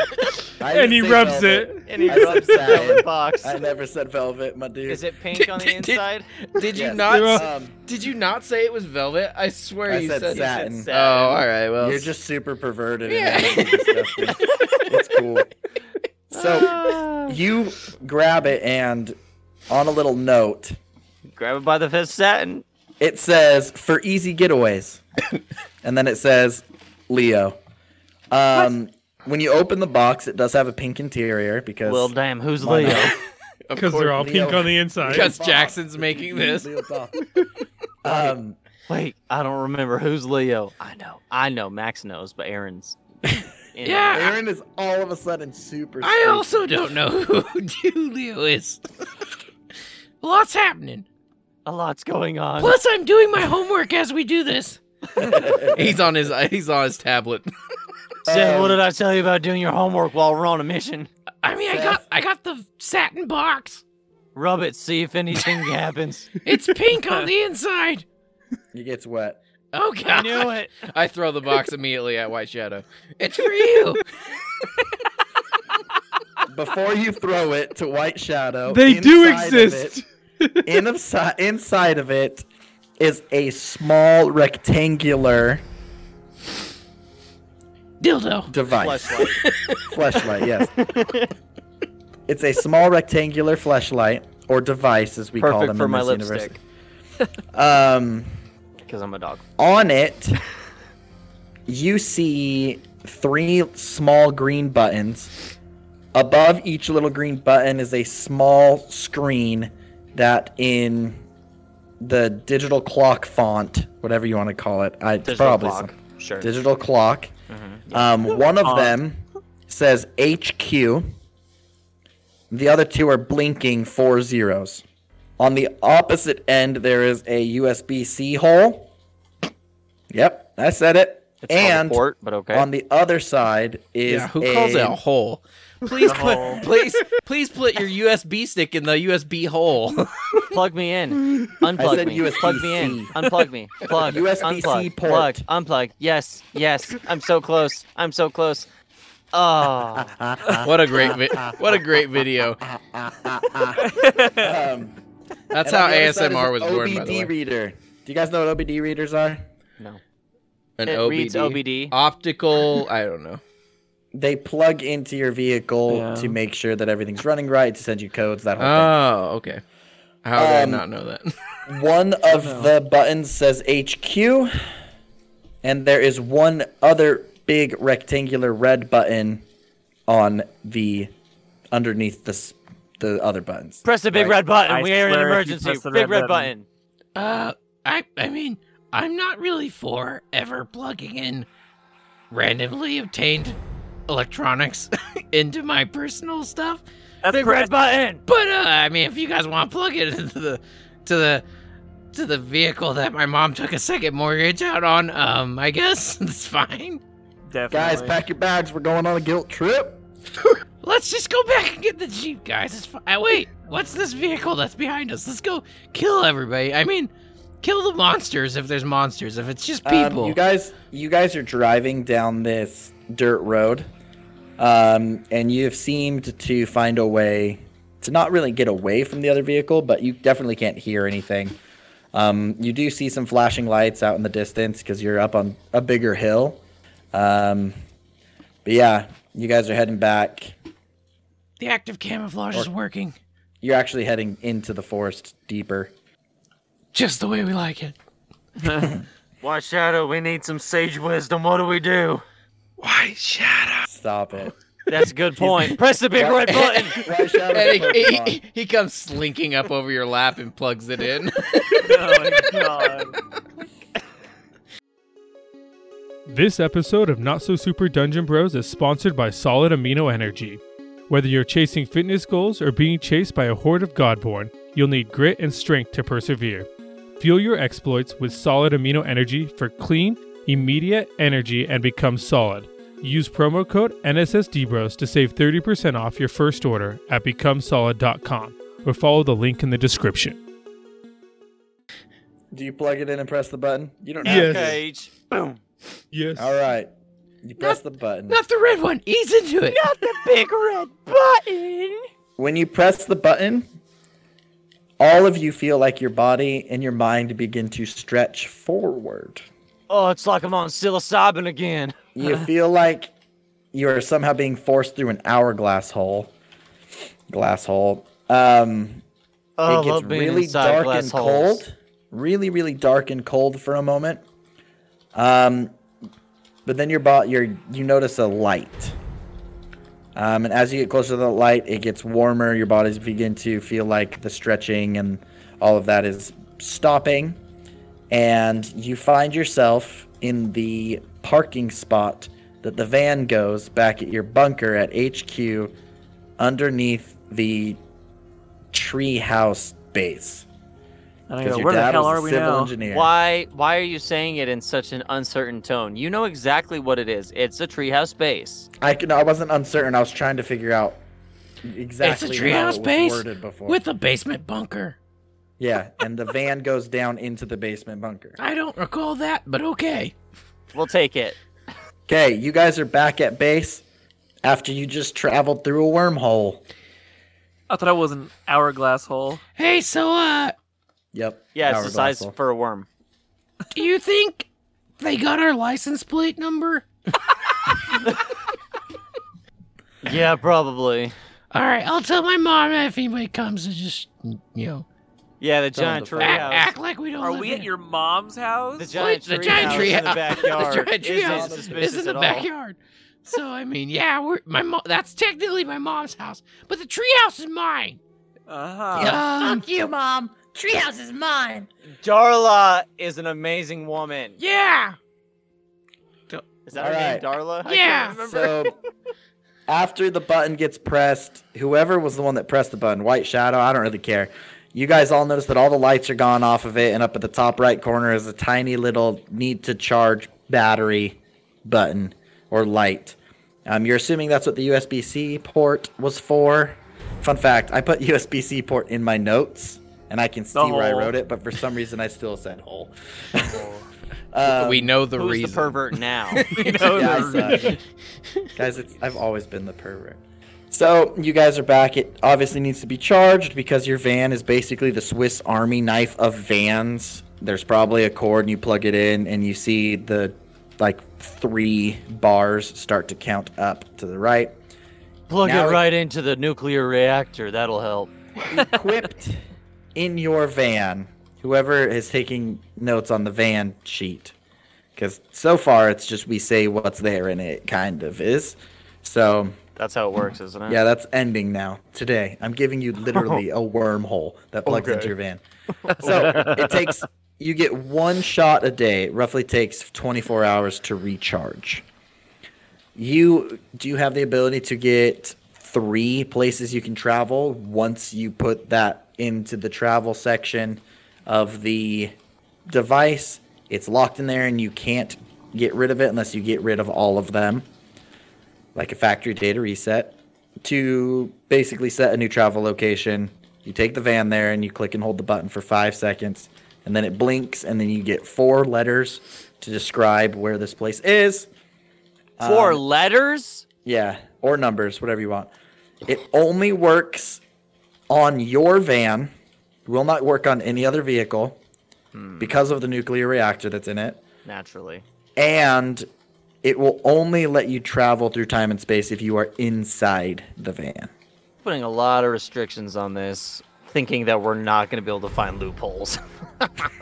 I didn't
and he
say
rubs
velvet.
it.
And he
I
rubs
said
that in
velvet.
box.
I never said velvet, my dude.
Is it pink on the
Did- did-
inside?
Did you
Yes.
not?
Well-
Um,
Did you not say it was velvet? I swear
I
you
said
said
satin.
It's
Oh,
sad.
all right. Well,
You're just super perverted.
Yeah.
And everything's disgusting. it's cool. So you grab it, and on a little note,
Oh.
Grab it by the fifth satin.
it says for easy getaways, and then it says Leo. Um, when you open the box, it does have a pink interior because
Well, damn, who's
Why
Leo?
not?
of
Because they're
course-
all
Leo-
pink on the inside.
Because Jackson's making this.
Leo Toth. um,
Wait, I don't remember who's Leo. I know, I know, Max knows, but Aaron's.
Yeah.
Aaron is all of a sudden super.
I
spooky.
also don't know who Julio is. Lots happening.
a lot's going on.
Plus, I'm doing my homework as we do this.
He's on his. uh, He's on his tablet.
Seth, what
Um,
did I tell you about doing your homework while we're on a mission?
I mean, I got I got the satin box.
Rub it, see if anything happens.
It's pink on the inside.
He gets wet.
Oh
I
god,
knew it.
I throw the box immediately at White Shadow.
it's for you.
Before you throw it to White Shadow,
They do
inside of
exist.
it- in of si- inside of it is a small rectangular
Dildo.
device.
Flashlight.
Fleshlight, yes. it's a small rectangular fleshlight or device, as we call
Perfect
them
for
in
my
this universe.
lipstick
Um,
because I'm a dog.
on it, you see three small green buttons. Above each little green button is a small screen that, in the digital clock font, whatever you want to call it, I
Digital
probably
clock.
some-
Sure.
digital clock.
Mm-hmm.
Um, one of
Uh,
Font.
them says HQ. The other two are blinking four zeros. On the opposite end, there is a USB C hole. Yep, I said it.
It's called a
and
port, but okay.
on the other side is
Yeah, who calls it a hole? Please put, please, please put your USB stick in the USB hole.
Plug me in. Unplug
said
me. Plug me in.
USB-C.
Unplug me. Plug.
USB-C
unplug.
port.
Plug. Unplug. Yes. Yes. I'm so close. I'm so close. Oh.
what a great, vi- what a great video.
Um,
a um, and on
That's how
the other side is
ASMR
an
was born, by the way.
OBD reader. Do you guys know what OBD readers are?
No.
An
It
OBD.
reads OBD.
Optical. I don't know.
They plug into your vehicle
Yeah.
to make sure that everything's running right, to send you codes, that whole thing.
Oh, okay. How did I
Um,
not know that?
One of the buttons says HQ, and there is one other big rectangular red button on the underneath the s- the other buttons.
Press the big
Right.
red button.
I
we are in an
swear if you
emergency.
press the
Big
red
red button.
button.
Uh, I I mean, I'm not really for ever plugging in randomly obtained electronics into my personal stuff.
That's
Big red
correct.
button.
But uh, I mean, if you guys want to plug it into the to the to the vehicle that my mom took a second mortgage out on, um, I guess it's fine.
Definitely.
Guys, pack your bags. We're going on a guilt trip.
Let's just go back and get the jeep, guys. It's fine. Wait, what's this vehicle that's behind us? Let's go kill everybody. I mean, kill the monsters if there's monsters. If it's just
Um,
people,
you guys, you guys are driving down this dirt road, um, and you have seemed to find a way to not really get away from the other vehicle, but you definitely can't hear anything. Um, you do see some flashing lights out in the distance because you're up on a bigger hill. Um, but yeah, you guys are heading back.
the active camouflage is working
You're actually heading into the forest deeper.
just the way we like it.
White Shadow, we need some sage wisdom. What do we do?
Stop it.
That's a good point. Press the big red button.
Right, Shadow?
And he,
Pokemon.
he, he comes slinking up over your lap and plugs it in.
Oh my god.
This episode of Not So Super Dungeon Bros is sponsored by Solid Amino Energy. Whether you're chasing fitness goals or being chased by a horde of Godborn, you'll need grit and strength to persevere. Fuel your exploits with Solid Amino Energy for clean, immediate energy and become solid. Use promo code NSSDBros to save 30% off your first order at becomesolid.com or follow the link in the description.
Do you plug it in and press the button? You don't have
Yes.
to.
Cage. Boom.
Yes.
All right. You press the button.
Not the red one. Ease into it.
Not the big red button.
When you press the button, all of you feel like your body and your mind begin to stretch forward.
Oh, it's like I'm on psilocybin again.
You feel like you are somehow being forced through an hourglass hole. Glass hole. Um,
Oh,
it gets
love being
really
inside
dark
glass
and
holes.
cold. Really, really dark and cold for a moment. Um, but then your bo- your you notice a light. Um, and as you get closer to the light, it gets warmer. Your bodies begin to feel like the stretching and all of that is stopping, and you find yourself in the parking spot that the van goes back at your bunker at HQ, underneath the treehouse base.
And I
Because
go,
your
where the
dad
hell
was
are
a
we
civil
now?
engineer.
Why why are you saying it in such an uncertain tone? You know exactly what it is. It's a treehouse base.
I could, I wasn't uncertain. I was trying to figure out exactly how it
treehouse
was
base
worded before.
With a basement bunker.
yeah, and the van goes down into the basement bunker.
I don't recall that, but okay.
We'll take it.
Okay, you guys are back at base after you just traveled through a wormhole.
I thought it was an hourglass hole.
Hey, so uh,
Yep.
Yeah, it's the
hourglass
size
hole.
for a worm.
do you think they got our license plate number?
Yeah, probably.
All right, I'll tell my mom if anybody comes to just you know
Yeah, the
Tell 'em
giant
to
treehouse.
fuck
act, act like we don't.
Are
live
we
here.
at your mom's house?
The giant
the
treehouse
giant tree
in the
house.
backyard.
The giant
isn't
treehouse
suspicious
is in the
at all.
backyard. So I mean, yeah, we're my mom. That's technically my mom's house, but the treehouse is mine.
Uh-huh.
Um,
Fuck you, Mom. Treehouse is mine.
Darla is an amazing woman.
yeah.
Is that
All
her
right.
name, Darla? I
Yeah.
can't remember.
So after the button gets pressed, whoever was the one that pressed the button, White Shadow, I don't really care. You guys all notice that all the lights are gone off of it, and up at the top right corner is a tiny little need to charge battery button or light. Um, you're assuming that's what the USB C port was for. Fun fact I put USB C port in my notes, and I can see where I
hole.
wrote it, but for some reason I still said hole.
we know the
Who's
reason.
the pervert now?
No,
Yeah,
no,
I suck. guys, it's, I've always been the pervert. So you guys are back. It obviously needs to be charged because your van is basically the Swiss Army knife of vans. There's probably a cord, and you plug it in, and you see the like three bars start to count up to the right.
Plug
Now
it
it-
right into the nuclear reactor. That'll help.
Equipped in your van, whoever is taking notes on the van sheet, because so far it's just we say what's there, and it kind of is. So
That's how it works, isn't it?
Yeah, that's ending now. Today, I'm giving you literally a wormhole that plugs into your van. So it takes you get one shot a day. It roughly takes 24 hours to recharge. You do you have the ability to get three places you can travel once you put that into the travel section of the device. It's locked in there, and you can't get rid of it unless you get rid of all of them like a factory data reset to basically set a new travel location. You take the van there and you click and hold the button for five seconds, and then it blinks, and then you get four letters to describe where this place is.
Four letters?
Yeah, or numbers, whatever you want. It only works on your van, will not work on any other vehicle because of the nuclear reactor that's in it
Naturally.
and it will only let you travel through time and space if you are inside the van.
Putting a lot of restrictions on this, thinking that we're not going to be able to find loopholes.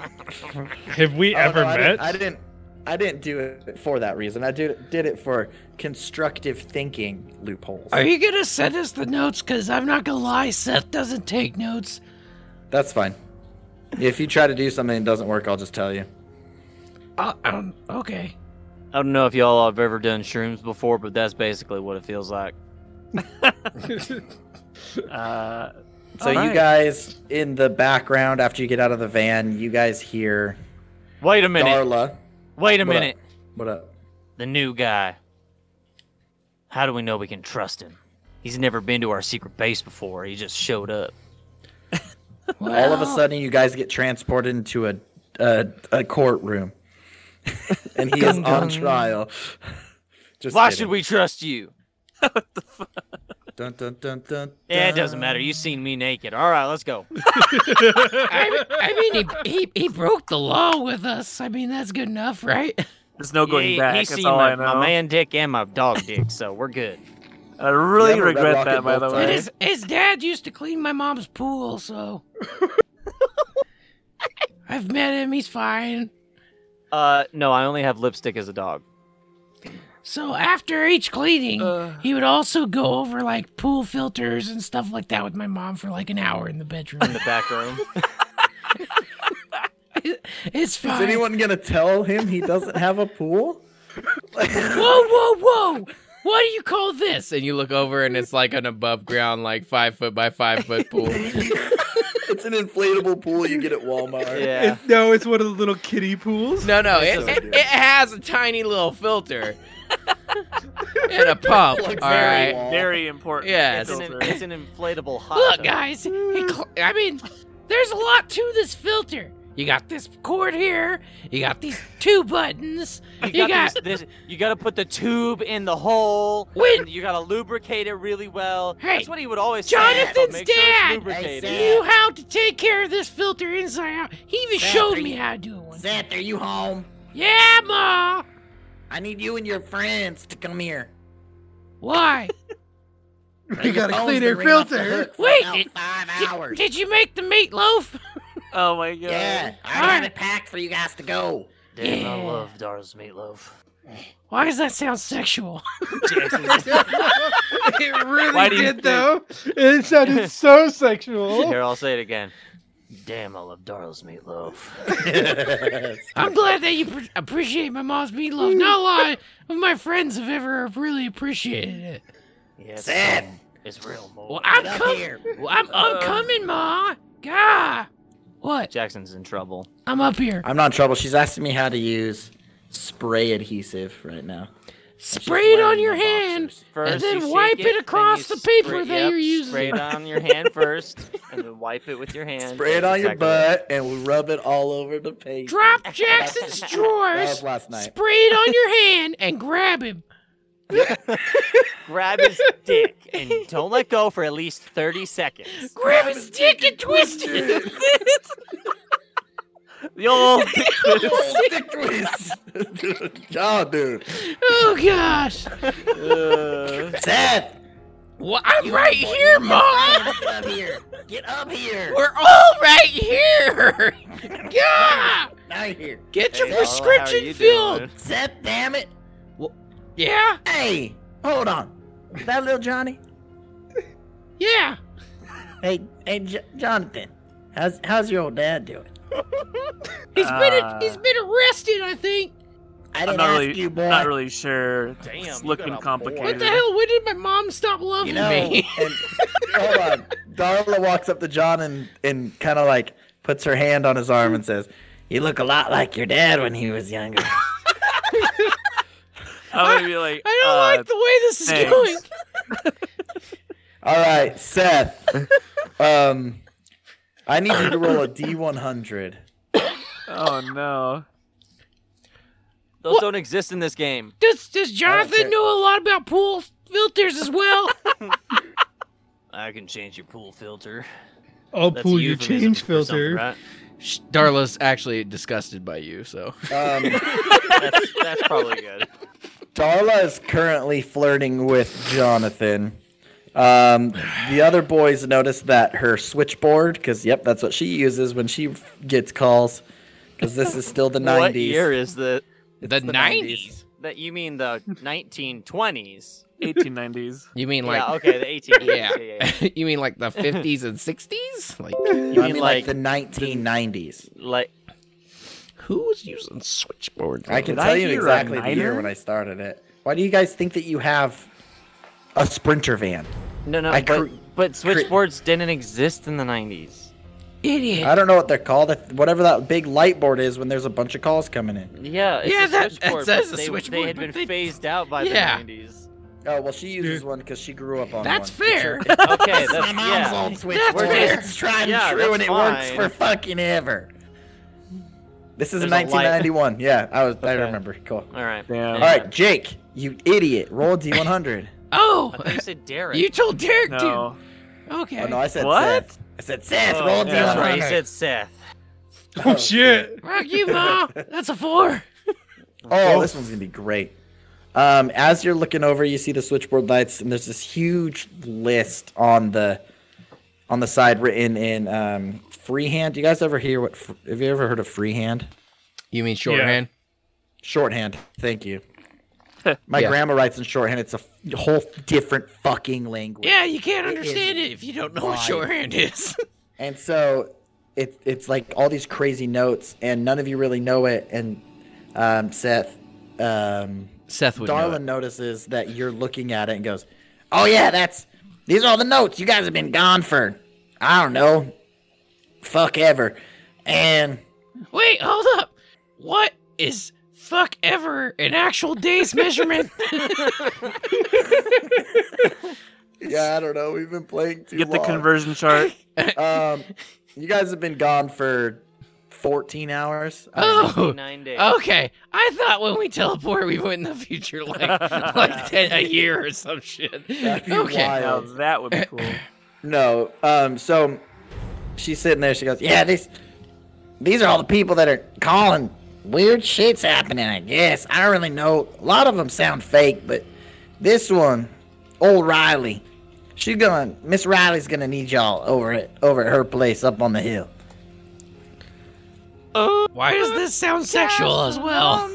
Have we ever
Oh, no, I
met?
Didn't, I didn't. I didn't do it for that reason. I did did it for constructive thinking loopholes.
Are you gonna send us the notes? Cause I'm not gonna lie, Seth doesn't take notes.
That's fine. If you try to do something and it doesn't work, I'll just tell you.
Uh, um, okay.
I don't know if y'all have ever done shrooms before, but that's basically what it feels like.
Uh,
So you
Alright.
guys in the background after you get out of the van, you guys hear
Wait a minute.
Darla.
Wait a
What up?
minute.
What up?
The new guy. How do we know we can trust him? He's never been to our secret base before. He just showed up.
All
Oh.
of a sudden, you guys get transported into a a, a courtroom, and he is on trial Just
Why
kidding.
should we trust you?
Dun, dun, dun, dun,
Yeah, it doesn't matter. You've seen me naked. All right, let's go.
I, I mean, he, he he broke the law with us. I mean, that's good enough, right?
There's no going
he,
back.
He's
That's
seen
all
my,
I
my
know.
man dick and my dog dick, so we're good.
I really
You have a red
regret
rocket
that, by the
bolt
way.
on.
His, his dad used to clean my mom's pool, so I've met him. He's fine.
Uh, no, I only have lipstick as a dog.
So after each cleaning, he would also go over like pool filters and stuff like that with my mom for like an hour in the bedroom.
in the back room.
it's
Is
fine.
anyone gonna tell him he doesn't have a pool?
Whoa, whoa, whoa! What do you call this? And you look over and it's like an above ground, like five foot by five foot pool.
It's an inflatable pool you get at Walmart.
yeah.
It- no, it's one of the little kiddie pools.
No, no, it, it, it has a tiny little filter and a pump. All
Plugs
right.
wall.
Very important.
Yes.
It's an,
filter.
it's an inflatable hot
Look,
tub.
guys, he cl- I mean, there's a lot to this filter. You got this cord here. You got these two buttons.
You, got these- this, you gotta put the tube in the hole.
Wait.
and You gotta lubricate it really well.
Hey,
That's what he would always say. so
Jonathan's
make
dad!
Sure it's lubricated.
He knew how to take care of this filter inside out. He even
Zach,
showed
are
me
you-
how to do it one.
Zeth, are you home?
Yeah, ma.
I need you and your friends to come here.
Why?
You got a
Phone's
clean
been
air
ringing off the
filter.
hook for
Wait,
about
it-
five
Did-
hours.
Did, you make the meatloaf?
Oh my god.
yeah, I
All
have
right.
it packed for you guys to go.
Damn, I
Yeah.
love Dara's meatloaf.
Why does that sound sexual?
it really
Why do you
did
think-
though. It sounded so sexual.
Here, I'll say it again. Damn, I love Darla's meatloaf.
I'm glad that you pre- appreciate my mom's meatloaf. Not a lot of my friends have ever really appreciated it.
Yeah, it's,
Seth.
real- it's real more.
Well, I'm
Get up
coming.
here.
Well, I'm, I'm coming, ma. God. What?
Jackson's in trouble.
I'm up here.
I'm not in trouble. She's asking me how to use spray adhesive right now. She's
Spray it on
wearing
your
the
hand.
boxers.
First,
then
you shake
wipe it
then
across
you
the paper
spray-
that
yep,
you're using.
Spray it on your hand first, and then wipe it with your hand.
Spray it on your
Exactly right.
butt, and we rub it all over the paper.
Drop Jackson's
That was
drawers.
last night.
Spray it on your hand and grab him.
Grab his dick and don't let go for at least thirty seconds.
Grab his dick and twist it.
The old
Stick twist. Y'all, dude.
Oh gosh.
Seth,
Well, I'm right here, ma.
Get up here. Get up here.
We're all right here. Yeah.
Now you're here.
Get your
Hey, Paul, how are
prescription
you
filled.
doing?
Zeth, damn it.
Yeah.
Hey,
hold on. Is that little Johnny?
Yeah.
hey, hey, J- Jonathan. How's how's your old dad doing?
He's been
Uh.
he's been arrested, I think.
I
I'm
didn't
not
ask
really
you, boy.
not really sure.
Damn, you
it's
got
looking
a
complicated.
What the hell? When did my mom stop loving
You know,
me?
And hold on. Darla walks up to John and, and kind of like puts her hand on his arm and says,
You look a lot like your dad when he was younger.
I'm gonna be like,
I don't
uh,
like the way this is
thanks.
going.
All right, Seth. um, I need you to roll a D100.
Oh no.
Those don't exist in this game.
Does does
care.
Jonathan know a lot about pool filters as well?
I can change your pool filter.
I'll
That's
pull
a
your
euphemism
change
for something,
filter.
right?
Sh- Darla's actually disgusted by you, so.
Um,
That's, that's probably good.
Darla is currently flirting with Jonathan. Um, the other boys notice that her switchboard, because yep, that's what she uses when she gets calls. Because this is still the
What
nineties.
year is the?
The, 90s.
That you mean the 1920s?
1890s.
You mean like.
yeah, okay, the 18.
Yeah.
yeah, yeah.
you mean like the 50s and 60s? Like,
You mean
mean
like,
like
the nineteen nineties?
Like
who was using switchboards?
I can
Did I
tell you
hear a
exactly the year
niner?
when I started it. Why do you guys think that you have a sprinter van?
no, no,
I
but,
cre-
but switchboards didn't exist in the 90s.
Idiot.
I don't know what they're called. Whatever that big light board is when there's a bunch of calls coming in.
Yeah, it's
Yeah,
a
that-
switchboard,
that
but
says a
they,
switchboard,
they had
but
been
they-
phased out by
Yeah.
the 90s.
Oh well, she uses one because she grew up on
That's
one.
fair.
Okay, that's
My mom's
yeah.
old switch.
That's
We're
fair.
just trying
Yeah,
to true,
that's
and it works
fine.
for fucking ever.
This is
There's a light.
1991. Yeah, I was. I
Okay.
remember. Cool.
All right.
Damn.
All right, Jake, you idiot. Roll d d100.
Oh,
I thought you said Derek.
you told Derek
No.
to. Okay.
Oh no, I said
What?
Seth. I said Seth.
Oh,
roll a
that's
d100.
right. You said Seth.
Oh shit.
Rock you, ma. That's a four.
Oh, this one's gonna be great. Um, as you're looking over, you see the switchboard lights, and there's this huge list on the on the side written in um, freehand. You guys ever hear what? fr- Have you ever heard of freehand?
You mean shorthand?
Shorthand. Thank you. My
Yeah.
grandma writes in shorthand. It's a f- whole different fucking language.
Yeah, you can't
It is
understand it if you don't know what
wide.
shorthand is.
And so it, it's like all these crazy notes, and none of you really know it. And um, Seth, um,
Seth would know
Darlin notices that you're looking at it and goes, "Oh yeah, that's these are all the notes. You guys have been gone for I don't know, fuck ever." And
Wait, hold up. What is fuck ever an actual day's measurement?
yeah, I don't know. We've been playing too
Get the conversion chart.
Um, you guys have been gone for 14 hours. I don't know.
oh,
Nine days.
okay. I thought when we teleport, we went in the future like like ten, a year or some shit.
That'd be
okay.
Now
wild.
that would be cool.
No. Um. So she's sitting there. She goes, "Yeah, these these are all the people that are calling. Weird shit's happening. I guess I don't really know. A lot of them sound fake, but this one, old Riley, she's going. Miss Riley's gonna need y'all over at over at her place up on the hill.
Why does this sound sexual as well?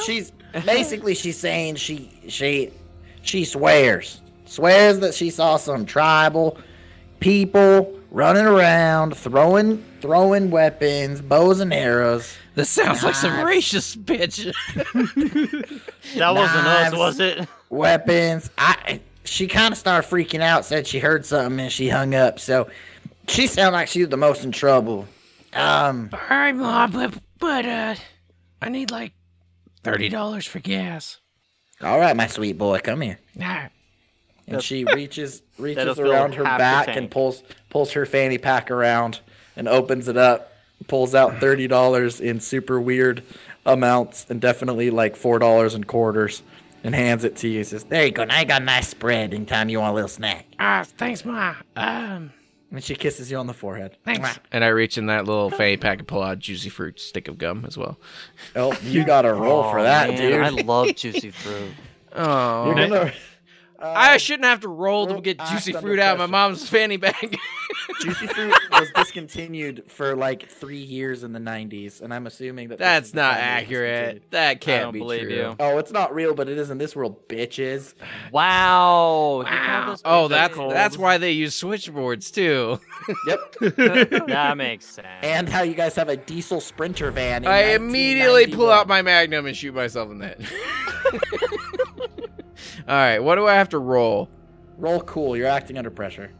She's basically she's saying she she she swears swears that she saw some tribal people running around throwing throwing weapons, bows and arrows."
This sounds like some
Nice.
racist bitch.
That wasn't us,
Knives.
was it?
weapons. I she kind of started freaking out, said she heard something and she hung up. So she sounded like she was the most in trouble. Um,
All right, mom, but but uh, I need like thirty dollars for gas.
all right, my sweet boy, come here.
Nah.
And she reaches
That'll
reaches
fill
around her
half the
back
tank.
and pulls pulls her fanny pack around and opens it up, pulls out thirty dollars in super weird amounts and definitely like four dollars and quarters and hands it to you. Says, "There you go. Now you got a nice spread. Anytime you want a little snack."
Ah, thanks, ma. Um,
And she kisses you on the forehead.
thanks.
it. And I reach in that little fanny pack and pull out a juicy fruit stick of gum as well.
Oh, you got a roll for
Oh,
that,
man,
dude.
I love juicy fruit.
Oh,
You're gonna-
I shouldn't have to roll to
roll
get juicy
act under
fruit out of my
pressure.
mom's fanny bag.
Juicy Fruit was discontinued for like three years in the '90s, and I'm assuming that this is
That's
the
not
time that it was
accurate.
discontinued.
That can't
don't
be
believe
true.
you.
Oh, it's not real, but it is in this world, bitches.
Wow. he called
Wow.
us
Oh,
bitches.
that's that's why they use switchboards too.
Yep.
that makes sense.
and how you guys have a diesel sprinter van. in
I immediately pull
1991.
out my magnum and shoot myself in the head. All right, what do I have to roll?
roll. Cool, you're acting under pressure.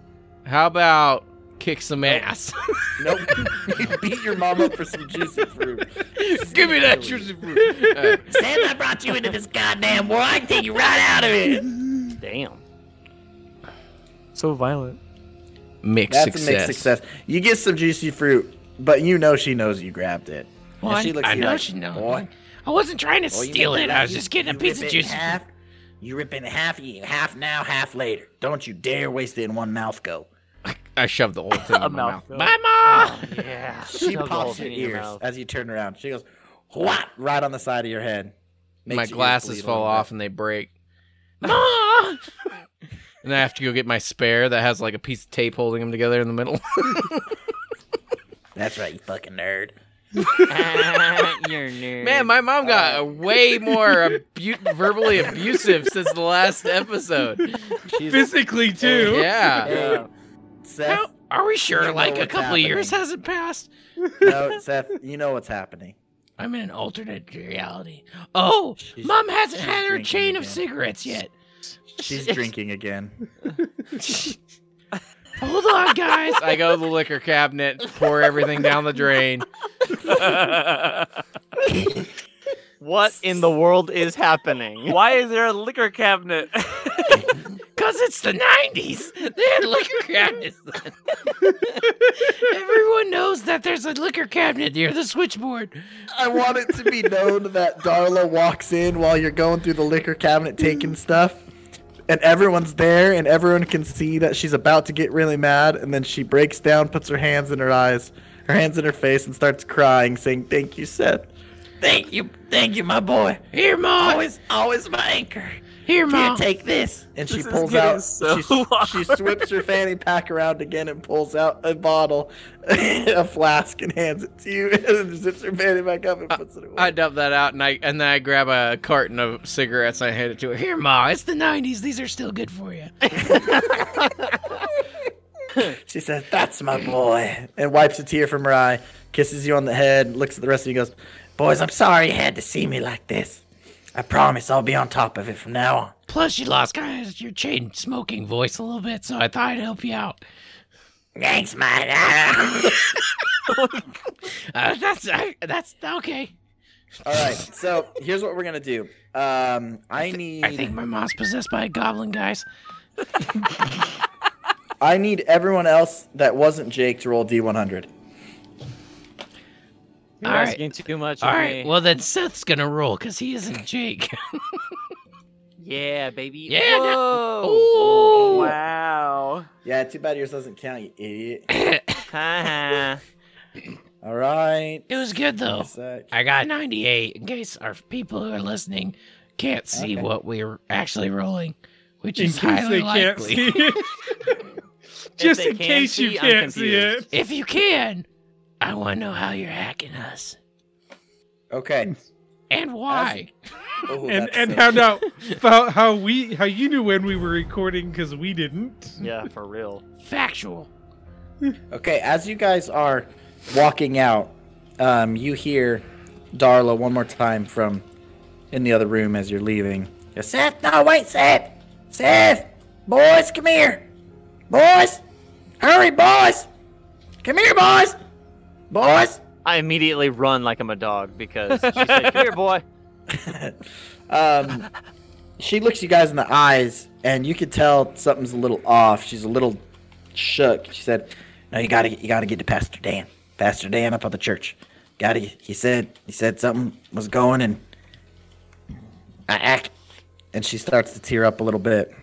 How about kick some ass?
Nope. you beat your mom up for some juicy fruit.
Give me that juicy fruit. All right.
Sam, I brought you into this goddamn world. I can take you right out of it.
Damn.
So violent.
Mixed
That's
success.
a mixed success. You get some juicy fruit, but you know she knows you grabbed it.
Well, I- I know she knows.
Boy,
I wasn't trying to
boy, you
steal
make
it.
me
I was
laugh.
just getting a
You
piece
rip
of
it in
juice.
half, you rip it in half, you eat half now, half later. Don't you dare waste it in one mouth go.
I shoved the whole thing
A
in my mouth.
mouthful.
Bye, ma.
Yeah.
She
Shove the whole
pops her
thing in your
ears
mouth.
as you turn around. She goes, whap, right on the side of your head. Makes your
my
ears
glasses
bleed a
fall
little
off
bit.
and they break.
Ma.
And I have to go get my spare that has like a piece of tape holding them together in the middle.
That's right, you fucking nerd.
You're nerd.
Man, my mom got way more abu- verbally abusive since the last episode.
She's
Physically too.
Yeah.
Hey, Seth,
How- are we
You
sure
know
like a
what's
couple of years
happening.
hasn't passed?
no, Seth, you know what's happening.
I'm in an alternate reality. Oh,
She's-
mom hasn't
she's
had her
drinking
chain of
again.
cigarettes yet.
She's drinking again.
Hold on, guys.
I go to the liquor cabinet, pour everything down the drain.
What in the world is happening?
Why is there a liquor cabinet?
because it's the 90s. They had liquor cabinets then. Everyone knows that there's a liquor cabinet near the switchboard.
I want it to be known that Darla walks in while you're going through the liquor cabinet taking stuff, and everyone's there, and everyone can see that she's about to get really mad, and then she breaks down, puts her hands in her eyes, her hands in her face, and starts crying, saying, "Thank you, Seth."
Thank you, thank you, my boy.
Here, Ma.
Always, always my anchor.
Here,
Here,
Ma.
take this.
And she
This is
pulls
getting
out.
so
she, she
awkward.
swips her fanny pack around again and pulls out a bottle, a flask, and hands it to you. And zips her fanny pack up and puts it away.
I dump that out and I and then I grab a carton of cigarettes and I hand it to her. Here,
Here, Ma. It's the 90s. These are still good for you.
She says, That's my boy. And wipes a tear from her eye, kisses you on the head, looks at the rest of you, and goes,
Boys, I'm sorry you had to see me like this. I promise I'll be on top of it from now on.
Plus, you lost kind of your chain smoking voice a little bit, so I thought I'd help you out.
Thanks, mate.
Uh, that's I, that's okay.
All right, so here's what we're going to do. Um, I need
I think my mom's possessed by a goblin, guys.
I need everyone else that wasn't Jake to roll D100.
You're
All right.
asking too much.
All
of
right.
me.
Well, then Seth's gonna roll because he isn't Jake.
yeah, baby.
Yeah, that-
Whoa.
Ooh.
Wow.
Yeah, too bad yours doesn't count, you idiot.
Ha-ha.
All right.
It was good though.
One sec.
I got 98. In case our people who are listening can't see
Okay.
what we're actually rolling, which
In
is
case
highly
they
likely.
can't see it. Just
they
in
can
case
see,
you
I'm
can't see
confused.
it.
If you can, I want to know how you're hacking us
Okay.
and why.
Ooh,
and
that's
and
so-
how now how, how we how you knew when we were recording because we didn't.
yeah, for real.
Factual.
Okay, as you guys are walking out, um, you hear Darla one more time from in the other room as you're leaving. Yes,
Seth, no, wait, Seth. Seth, boys, come here. Boys, hurry, boys. Come here, boys. Boys.
I immediately run like I'm a dog because she said, "Come here, boy."
um, she looks you guys in the eyes, and you could tell something's a little off. She's a little shook. She said,
No, you gotta, you gotta get to Pastor Dan. Pastor Dan up at the church. Gotta, he said, he said something was going and I act,
and she starts to tear up a little bit.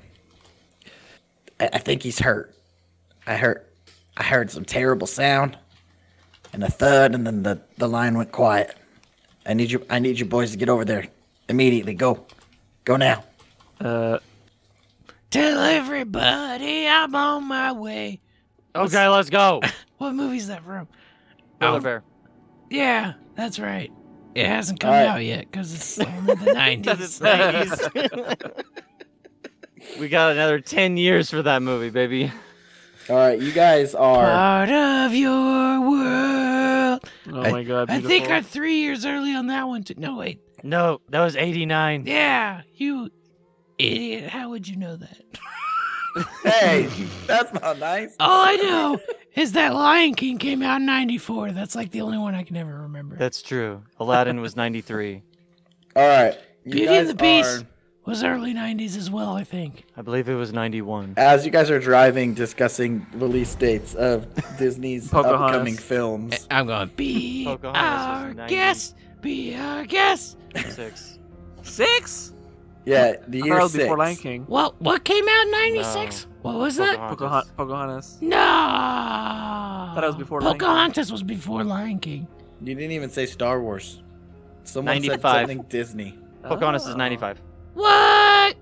I, I think he's hurt. I heard, I heard some terrible sound, and a thud, and then the, the line went quiet.
I need you. I need you boys to get over there immediately. Go, go now.
Uh,
Tell everybody I'm on my way.
Okay, let's go.
What movie's that from?
Polar
Um,
bear.
Yeah, that's right. It hasn't come
Alright.
out yet because it's only the 90s.
we got another ten years for that movie, baby.
All right, you guys are.
Part of your world.
oh
I-
my god.
I think
beautiful.
I'm three years early on that one. Too. No, wait.
No, that was '89.
Yeah, you idiot. How would you know that?
Hey, that's not nice.
All Oh, I know is that Lion King came out in 94. That's like the only one I can ever remember.
That's true. Aladdin was '93.
All right, you
Beauty
guys
and the Beast
are-
was early 90s as well, I think.
I believe it was '91.
as you guys are driving, discussing release dates of Disney's
Pocahontas.
upcoming films.
I'm going, be
Pocahontas was
our
90.
guest. Be our guest.
Six.
six.
Yeah, the
I
year
heard
six.
before Lion King.
What, what came out in 96? What was that?
Pocahontas.
Pocahontas. Pocahontas.
No. Thought
was before Lion King.
Pocahontas was before Lion King.
You didn't even say Star Wars. Someone said
95.
something Disney.
Pocahontas is
Oh.
'95.
What?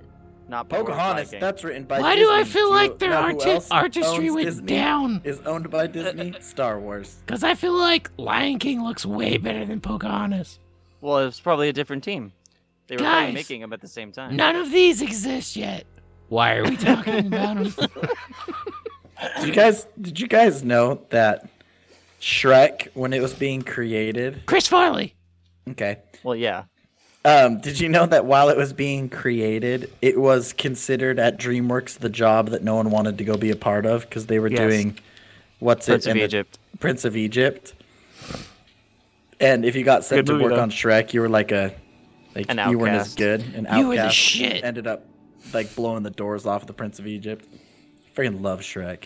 Not before
Pocahontas.
Lion King.
That's written by.
Why
Disney.
do I feel
you
like their
know who
arti-
else
artistry
owns
went
Disney?
down?
Is owned by Disney. Star Wars.
Because I feel like Lion King looks way better than Pocahontas.
Well, it was probably a different team. They were probably
Guys.
making them at the same time.
None of these exist yet. Why are we talking about them?
Did you guys? Did you guys know that Shrek, when it was being created,
Chris Farley.
okay,
Well, yeah.
Um, did you know that while it was being created, it was considered at DreamWorks the job that no one wanted to go be a part of because they were
Yes.
doing what's it
Prince of
and the-
Egypt.
Prince of Egypt. And if you got sent
Good
to
movie,
work
though.
on Shrek, you were like a like
An
you weren't as
outcast.
good, an
You were the
outcast.
shit.
Ended up
like blowing the doors off the Prince of Egypt. Freaking love Shrek.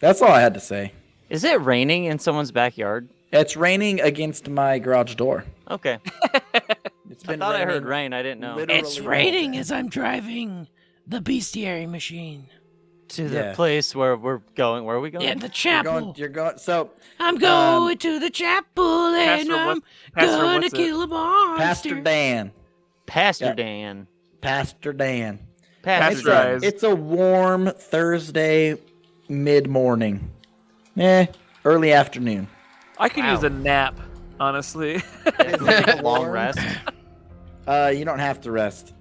That's all I had to say.
Is it raining in someone's backyard?
It's raining against my garage door.
Okay.
It's
I
been
thought I heard
raining.
rain. I didn't know.
Literally
It's
all
raining
day.
as I'm driving the bestiary machine.
to the
Yeah.
place where we're going. Where are we going?
Yeah, the
You're
chapel.
going, you're going. So
um,
I'm going to the chapel and
Pastor, what-
I'm
Pastor,
gonna
what's it?
kill a monster.
Pastor Dan,
Pastor
Yeah.
Dan.
Pastor Dan.
Pastor
It's
Pastor
Dan.
a,
Guys.
it's a warm Thursday mid morning. Eh, early afternoon.
I could use a nap, honestly.
It's like a long rest.
Uh, you don't have to rest.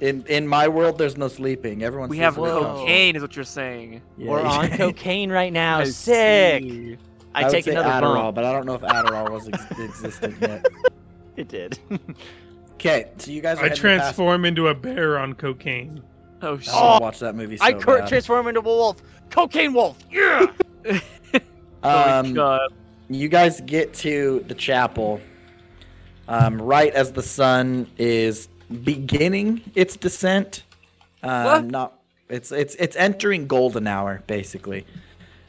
In in my world, there's no sleeping. Everyone
we
sleeps
have
when they come.
cocaine, is what you're saying.
Yeah,
We're on
yeah.
cocaine right now.
Oh,
I
Sick.
see.
I,
would
take
say
another
Adderall,
bump.
but I don't know if Adderall was ex- existent yet.
It did.
Okay, so you guys. Are
I
heading to
transform into a bear on cocaine.
Um,
Oh shit!
Pas- I wanna watch that movie. So
I could
bad.
transform into a wolf. Cocaine wolf. Yeah.
Holy
Um,
God.
you guys get to the chapel um, right as the sun is beginning its descent. Um,
What?
Not it's it's it's entering golden hour basically.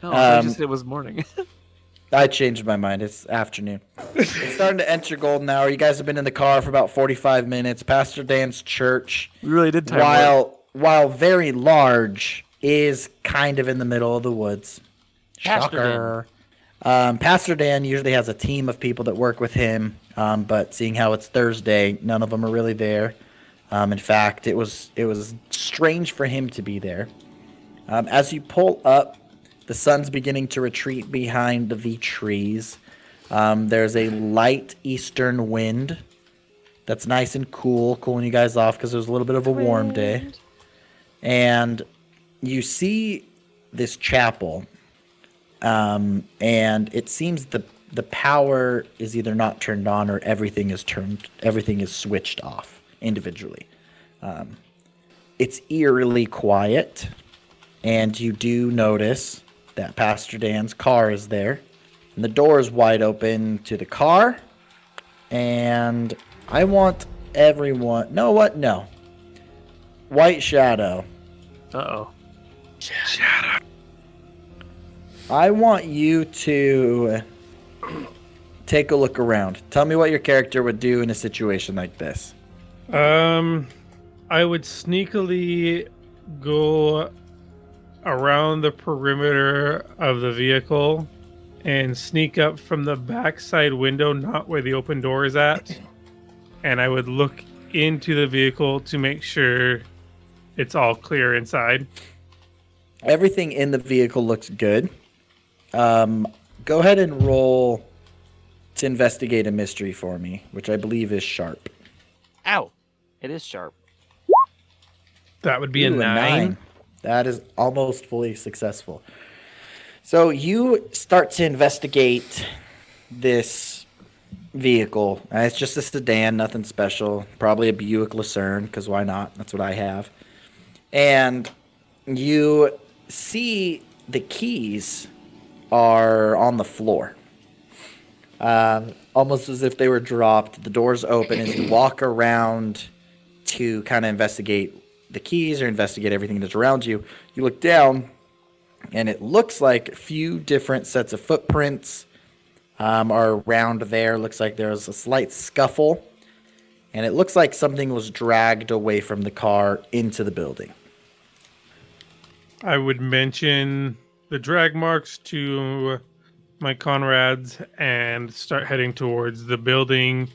No, I
um,
just said it was morning.
I changed my mind. It's afternoon. it's starting to enter golden hour. You guys have been in the car for about forty-five minutes. Pastor Dan's church,
we really did time. warp.
while while very large, is kind of in the middle of the woods.
Pastor Dan.
Um, Pastor Dan usually has a team of people that work with him, um, but seeing how it's Thursday, none of them are really there. Um, in fact, it was it was strange for him to be there. Um, as you pull up, the sun's beginning to retreat behind the trees. Um, there's a light eastern wind that's nice and cool, cooling you guys off because it was a little bit of a warm day. And you see this chapel um, and it seems the the power is either not turned on or everything is turned everything is switched off individually. Um, it's eerily quiet, and you do notice that Pastor Dan's car is there, and the door is wide open to the car. And I want everyone. No, what? No. White Shadow.
Uh-oh.
I want you to take a look around. Tell me what your character would do in a situation like this.
Um, I would sneakily go around the perimeter of the vehicle and sneak up from the backside window, not where the open door is at. And I would look into the vehicle to make sure it's all clear inside.
Everything in the vehicle looks good. Um, go ahead and roll to investigate a mystery for me, which I believe is sharp.
Ow. It is sharp.
That would be a
Ooh,
nine.
That is almost fully successful. So you start to investigate this vehicle. Uh, It's just a sedan, nothing special. Probably a Buick Lucerne, because why not? That's what I have. And you see the keys are on the floor. Um, almost as if they were dropped. The doors open as you walk around to kind of investigate the keys or investigate everything that's around you. You look down, and it looks like a few different sets of footprints um, are around there. Looks like there's a slight scuffle, and it looks like something was dragged away from the car into the building.
I would mention the drag marks to my comrades and start heading towards the building,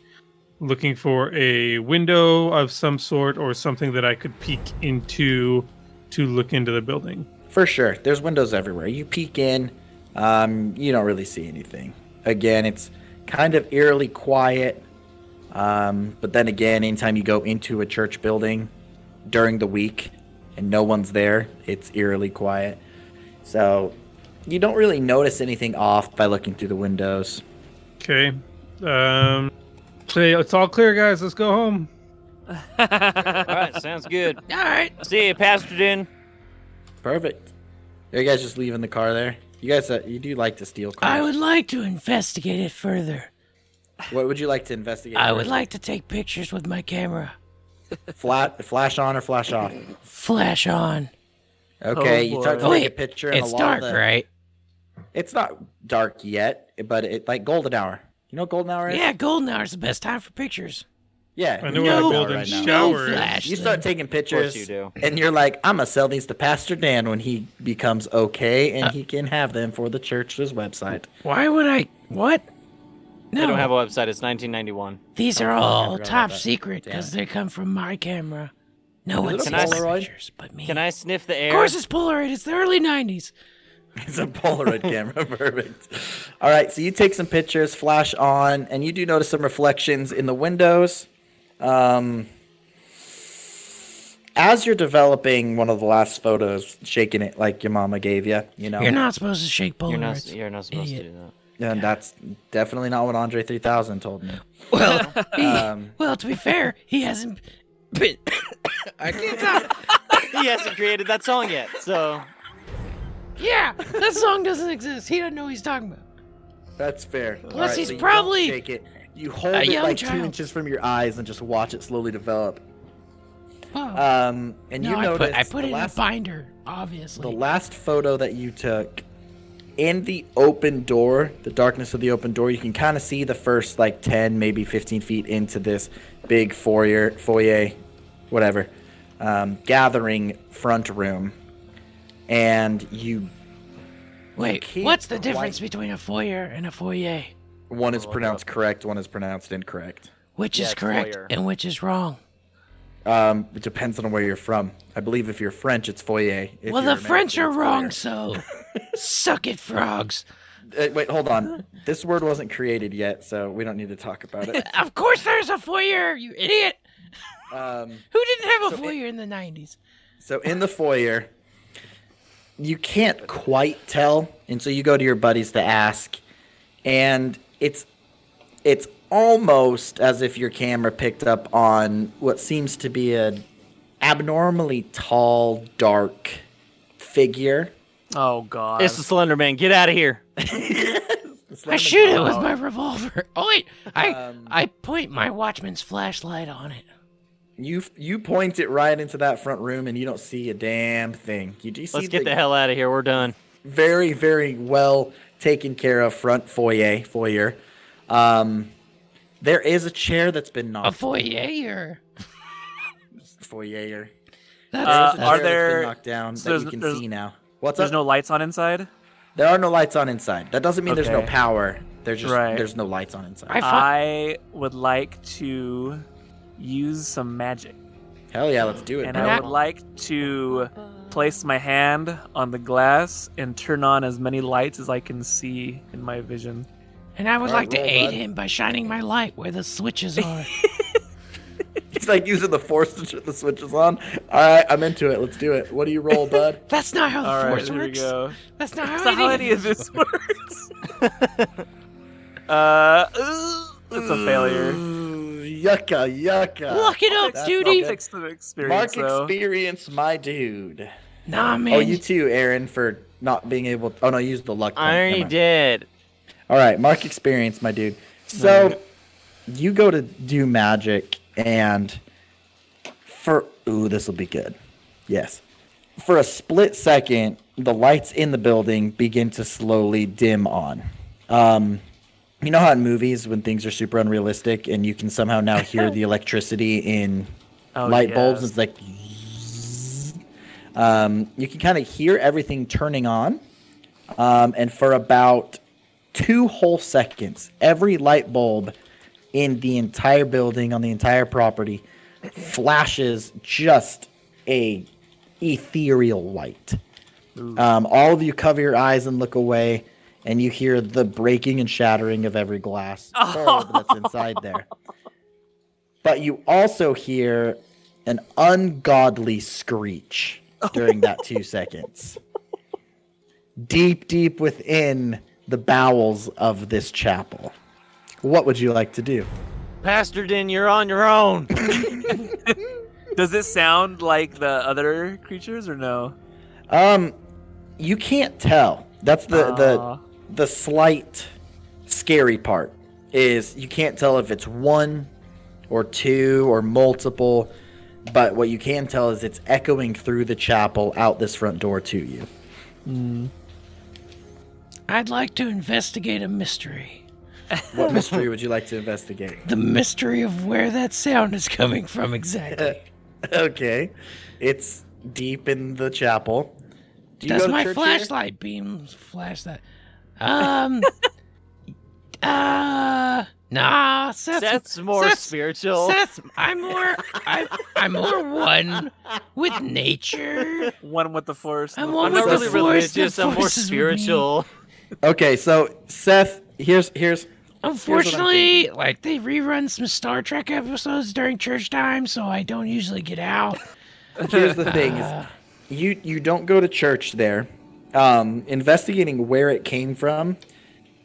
looking for a window of some sort or something that I could peek into to look into the building.
For sure. There's windows everywhere. You peek in, um, you don't really see anything. Again, it's kind of eerily quiet. Um, but then again, anytime you go into a church building during the week and no one's there, it's eerily quiet. So you don't really notice anything off by looking through the windows.
Okay. Um, say it's all clear, guys. Let's go home.
All right. Sounds good.
All right.
See you, Pastor Dan.
Perfect. Are you guys just leaving the car there? You guys, uh, you do like to steal cars.
I would like to investigate it further.
What would you like to investigate?
I
first?
would like to take pictures with my camera.
Flat, flash on or flash off.
Flash on.
Okay,
Oh,
you start to
boy.
take a
Wait,
picture. And
It's
a lot
dark,
of the-
right?
It's not dark yet, but it like golden hour. You know what golden hour is?
Yeah, golden hour's the best time for pictures.
Yeah.
I
you
know
know
what a
golden hour
golden
right now.
shower
No
is.
flash.
You start taking pictures,
you do.
and you're like, "I'm gonna sell these to Pastor Dan when he becomes okay, and he can have them for the church's website."
Why would I? What? No,
They don't have a website. It's 1991.
these are
forgot
all
about
top
that.
secret because they come from my camera. No one
it
sees
a
the
Polaroid?
pictures but me.
Can I sniff the air?
Of course, it's Polaroid. It's the early '90s.
It's a Polaroid camera, perfect. All right, so you take some pictures, flash on, and you do notice some reflections in the windows. Um, as you're developing one of the last photos, shaking it like your mama gave you, you know,
You're not supposed to shake Polaroids.
You're not. You're not supposed to do that.
and that's definitely not what Andre 3000 told me. Um,
Well, he, well, to be fair, he hasn't been. I can't talk.
he hasn't created that song yet. So
Yeah, that song doesn't exist. He doesn't know what he's talking about.
That's fair. Plus,
he's probably
shake it. You hold
a
it
young
like two
child.
inches from your eyes and just watch it slowly develop.
Oh.
Um, and
no,
you
I
notice
put, I put
the
it
last
in a binder,
the
obviously.
last photo that you took in the open door the darkness of the open door you can kind of see the first like 10 maybe 15 feet into this big foyer foyer whatever um, gathering front room and you
Wait,
can't
what's the
quite-
difference between a foyer and a foyer?
one is pronounced correct one is pronounced incorrect
Which
Yeah,
is
it's
correct
foyer.
and which is wrong?
um, it depends on where you're from i believe if you're french it's foyer If
well,
you're
the French are
American, it's
wrong, so suck it, frogs.
foyer. Uh, wait hold on this word wasn't created yet so we don't need to talk about it
Of course, there's a foyer, you idiot.
um,
Who didn't have a foyer in the '90s?
So in the foyer, you can't quite tell, and so you go to your buddies to ask, and it's it's almost as if your camera picked up on what seems to be an abnormally tall, dark figure.
Oh god.
it's the Slender Man. Get out of here.
I shoot it with my revolver. Oh wait, I I point my watchman's flashlight on it.
You you point it right into that front room, and you don't see a damn thing. You do see
Let's get the hell out of here. We're done.
very very well taken care of front foyer foyer um there is a chair that's been
A
knocked
foyer.
foyer
That's
Uh,
There's a chair
are
that's been
there?
knocked down
so
that
there's-
you can
there's-
see now what's
There's
up
no lights on inside.
there are no lights on inside that doesn't mean there's no
Okay.
power there's just
Right.
there's no lights on inside
I fi-
I would like to use some magic,
hell yeah let's do it
and
bro.
I would like to place my hand on the glass and turn on as many lights as I can see in my vision.
and I would
Alright,
like to
roll,
aid
bud.
him by shining my light where the switches are.
it's like using the force to turn the switches on all right i'm into it let's do it what do you roll bud
That's not how the
All right,
force
here we
works.
go.
That's not
That's
how,
not how any
any
of this works. uh, it's a failure.
Ooh, yucka yucka
Look it up,
That's
duty.
not
Thanks for the
mark
experience, though.
experience my dude
Nah, man.
Oh, you too, Aaron, for not being able. oh no, use the luck.
I
point.
already
Never mind.
did.
All right, mark experience, my dude. So, you go to do magic, and for ooh, this will be good. Yes, for a split second, the lights in the building begin to slowly dim on. Um, you know how in movies when things are super unrealistic, and you can somehow now hear the electricity in
Oh,
light bulbs.
yes.
It's like um, you can kind of hear everything turning on. Um, and for about two whole seconds, every light bulb in the entire building, on the entire property, flashes just a ethereal white. Um, all of you cover your eyes and look away, and you hear the breaking and shattering of every glass bulb that's inside there. But you also hear an ungodly screech during that two seconds. Deep, deep within the bowels of this chapel. What would you like to do?
Pastor Din, you're on your own.
Does it sound like the other creatures or no?
Um, you can't tell. That's the
Aw.
the the slight scary part is you can't tell if it's one or two or multiple. But what you can tell is it's echoing through the chapel out this front door to you.
I'd like to investigate a mystery.
What mystery would you like to investigate?
The mystery of where that sound is coming from exactly.
Okay. It's deep in the chapel. Do
Does
go to
my
church here?
flashlight beam flash that? Um. uh. Nah, Seth's,
Seth's more
Seth's-
spiritual.
Seth, I'm more. I'm, I'm more one with nature.
One with the force.
I'm
the
one
I'm
with
not
the
really
force. the
religious. I'm more
force is with me.
spiritual.
Okay, so Seth, here's here's
Unfortunately, like they rerun some Star Trek episodes during church time, so I don't usually get out.
here's the thing is you you don't go to church there um investigating where it came from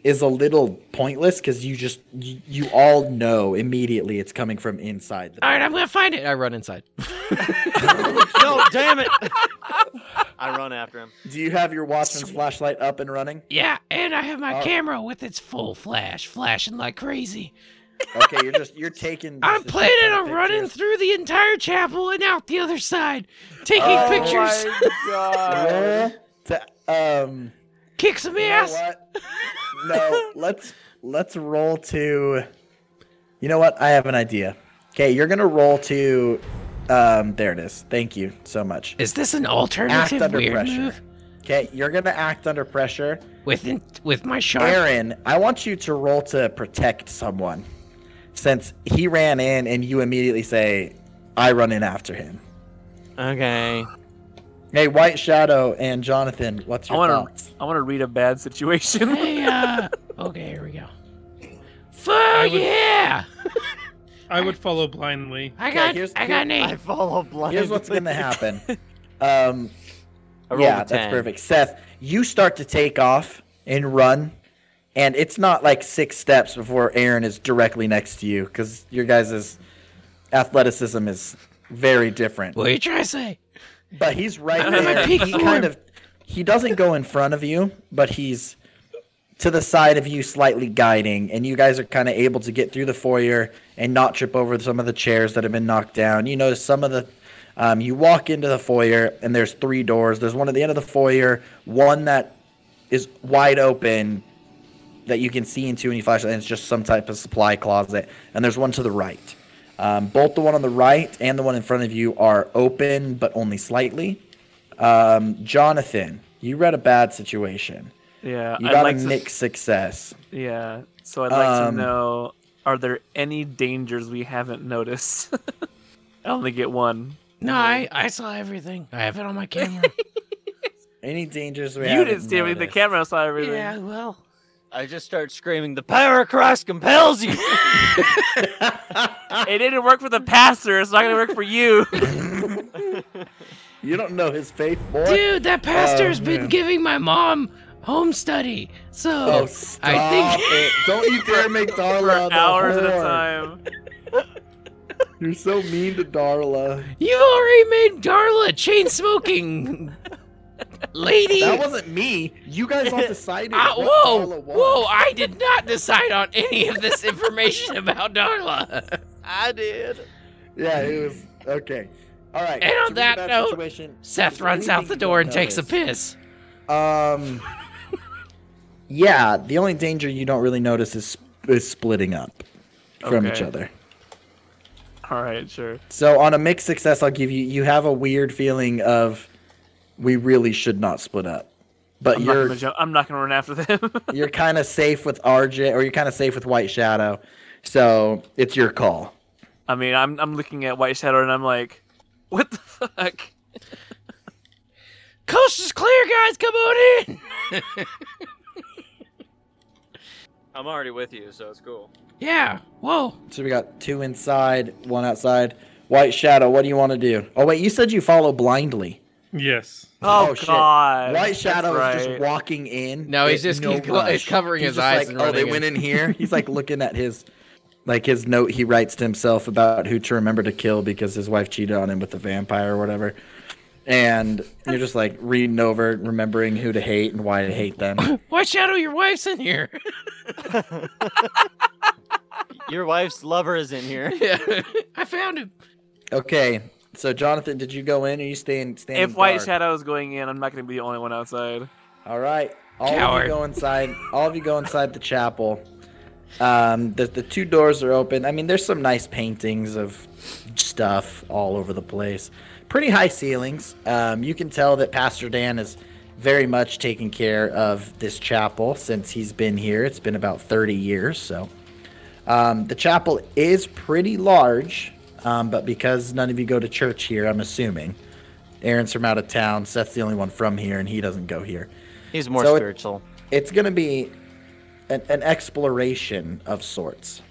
is a little pointless because you just you, you all know immediately it's coming from inside the
All right, I'm gonna find it.
I run inside.
no, damn it! I run after him.
do you have your watchman's flashlight up and running Oh.
Yeah, and I have my
All right.
camera with its full flash flashing like crazy.
okay you're just you're taking
I'm
just
planning
taking
on running
pictures.
through the entire chapel and out the other side, taking pictures,
Roll Uh, to- um
kick some
you know
ass.
what? no let's let's roll to you know what i have an idea okay you're gonna roll to um there it is thank you so much
Is this an
act
alternative
under
weird
pressure.
move?
Okay, you're gonna act under pressher.
With in- with my sharp.
Aaron, I want you to roll to protect someone. Since he ran in and you immediately say, I run in after him.
Okay.
Hey, White Shadow and Jonathan, what's
I
your
want
thoughts?
to. I want to read a bad situation.
Hey, uh, okay, here we go. Fuck
would-
yeah!
I would follow blindly.
I
Okay,
got
here's-
I got an
I
eight.
follow blind.
Here's what's gonna happen. Um,
I rolled
yeah,
a
that's
10.
perfect. Seth, you start to take off and run, and it's not like six steps before Aaron is directly next to you because your guys' athleticism is very different.
What are you trying to say?
But he's right
I'm at my
there.
peak
He
form.
kind of he doesn't go in front of you, but he's to the side of you, slightly guiding, and you guys are kind of able to get through the foyer and not trip over some of the chairs that have been knocked down. You notice some of the. Um, you walk into the foyer, and there's three doors. There's one at the end of the foyer, one that is wide open that you can see into any flashlight, and it's just some type of supply closet. And there's one to the right. Um, both the one on the right and the one in front of you are open, but only slightly. Um, Jonathan, you read a bad situation.
yeah,
You
I'd
got
like
a
to.
mixed success.
Yeah, so I'd like
Um,
to know: Are there any dangers we haven't noticed? I only get one.
No, I, I saw everything. I have it on my camera.
Any dangers we
you
haven't
didn't see everything. The
noticed?
camera saw everything.
yeah, well,
I just start screaming, "The power of Christ compels you!"
It didn't work for the pastor. It's not gonna work for you.
You don't know his faith, boy.
dude, that pastor's
Oh,
been
man.
giving my mom home study. So
Oh, stop
I think
it. Don't you dare make Darla the
Hours at a
whore.
time.
You're so mean to Darla.
you already made Darla chain smoking lady.
That wasn't me. You guys all decided.
Ah,
what
whoa,
Darla was.
whoa! I did not decide on any of this information about Darla.
I did.
Yeah, it was okay. All right.
And on
to
that
recap
note,
situation, is
Seth
there
runs out
anything
the
you
door
don't
and takes a
notice?
piss.
Um. yeah, the only danger you don't really notice is is splitting up from each
Okay.
other.
All right, sure.
So on a mixed success, I'll give you. You have a weird feeling of we really should not split up, but
I'm not,
you're
gonna jump. I'm not gonna run after them.
you're kind of safe with RJ, or you're kind of safe with White Shadow. So it's your call.
I mean, I'm I'm looking at White Shadow and I'm like, what the fuck?
Coast is clear, guys. Come on in.
I'm already with you, so it's cool.
Yeah. Whoa.
So we got two inside, one outside. White Shadow, what do you want to do? Oh wait, you said you follow blindly.
Yes.
Oh,
shit.
God!
White
That's
Shadow is
right.
just walking in.
No, he's
with
just- he's clo- he's
rush.
covering
He's
his
just
eyes
like,
and
oh, they
running
went
in."
in here. He's like looking at his, like his note he writes to himself about who to remember to kill because his wife cheated on him with the vampire or whatever. And you're just like reading over, remembering who to hate and why to hate them.
Why Shadow? Your wife's in here.
Your wife's lover is in here.
Yeah.
I found him.
Okay, So Jonathan, did you go in? Or you staying standing?
If White
guard?
Shadow is going in, I'm not going to be the only one outside.
All right. All of
Coward.
you go inside. All of you go inside the chapel. Um, the the two doors are open. I mean, there's some nice paintings of stuff all over the place. Pretty high ceilings. Um, you can tell that Pastor Dan is very much taking care of this chapel since he's been here. It's been about 30 years, so. Um, the chapel is pretty large, um, but because none of you go to church here, I'm assuming. Aaron's from out of town. Seth's the only one from here, and he doesn't go here.
He's more
So it-
spiritual.
It's going to be an, an exploration of sorts.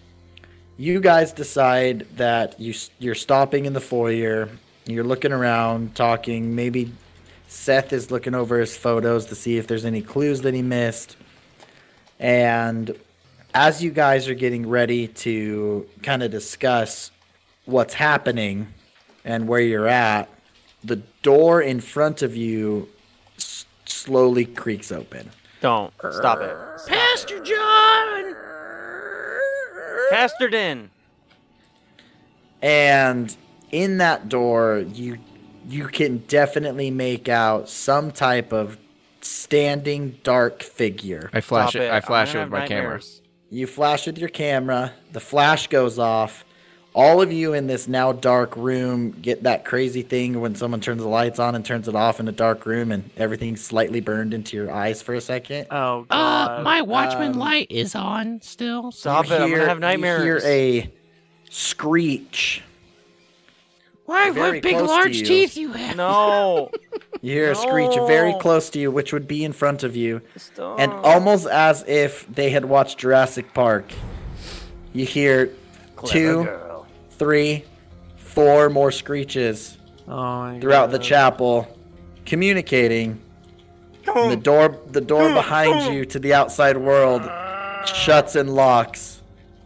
You guys decide that you, s- you're stopping in the foyer, you're looking around, talking. Maybe Seth is looking over his photos to see if there's any clues that he missed. And as you guys are getting ready to kind of discuss what's happening and where you're at, the door in front of you s- slowly creaks open.
Don't stop it.
Pastor John!
Pastor Din.
and in that door you you can definitely make out some type of standing dark figure
I flash
Stop
it.
it.
I
I'm
flash it
gonna
with my
have
camera.
nightmares.
you flash with your camera the flash goes off all of you in this now dark room get that crazy thing when someone turns the lights on and turns it off in a dark room and everything's slightly burned into your eyes for a second
Oh
Uh,
god.
my Watchman
Um,
light is on still. So.
Ah, Stop
You
it. I'm
hear-
gonna have nightmares.
you hear a screech
Why,
very
what big
close to
large
you.
teeth you have?
no.
you hear a screech very
No.
close to you which would be in front of you
Stop.
And almost as if they had watched Jurassic Park, you hear two, three, four more screeches
Oh my
throughout the
God.
chapel, communicating. And the door, the door behind you to the outside world, shuts and locks.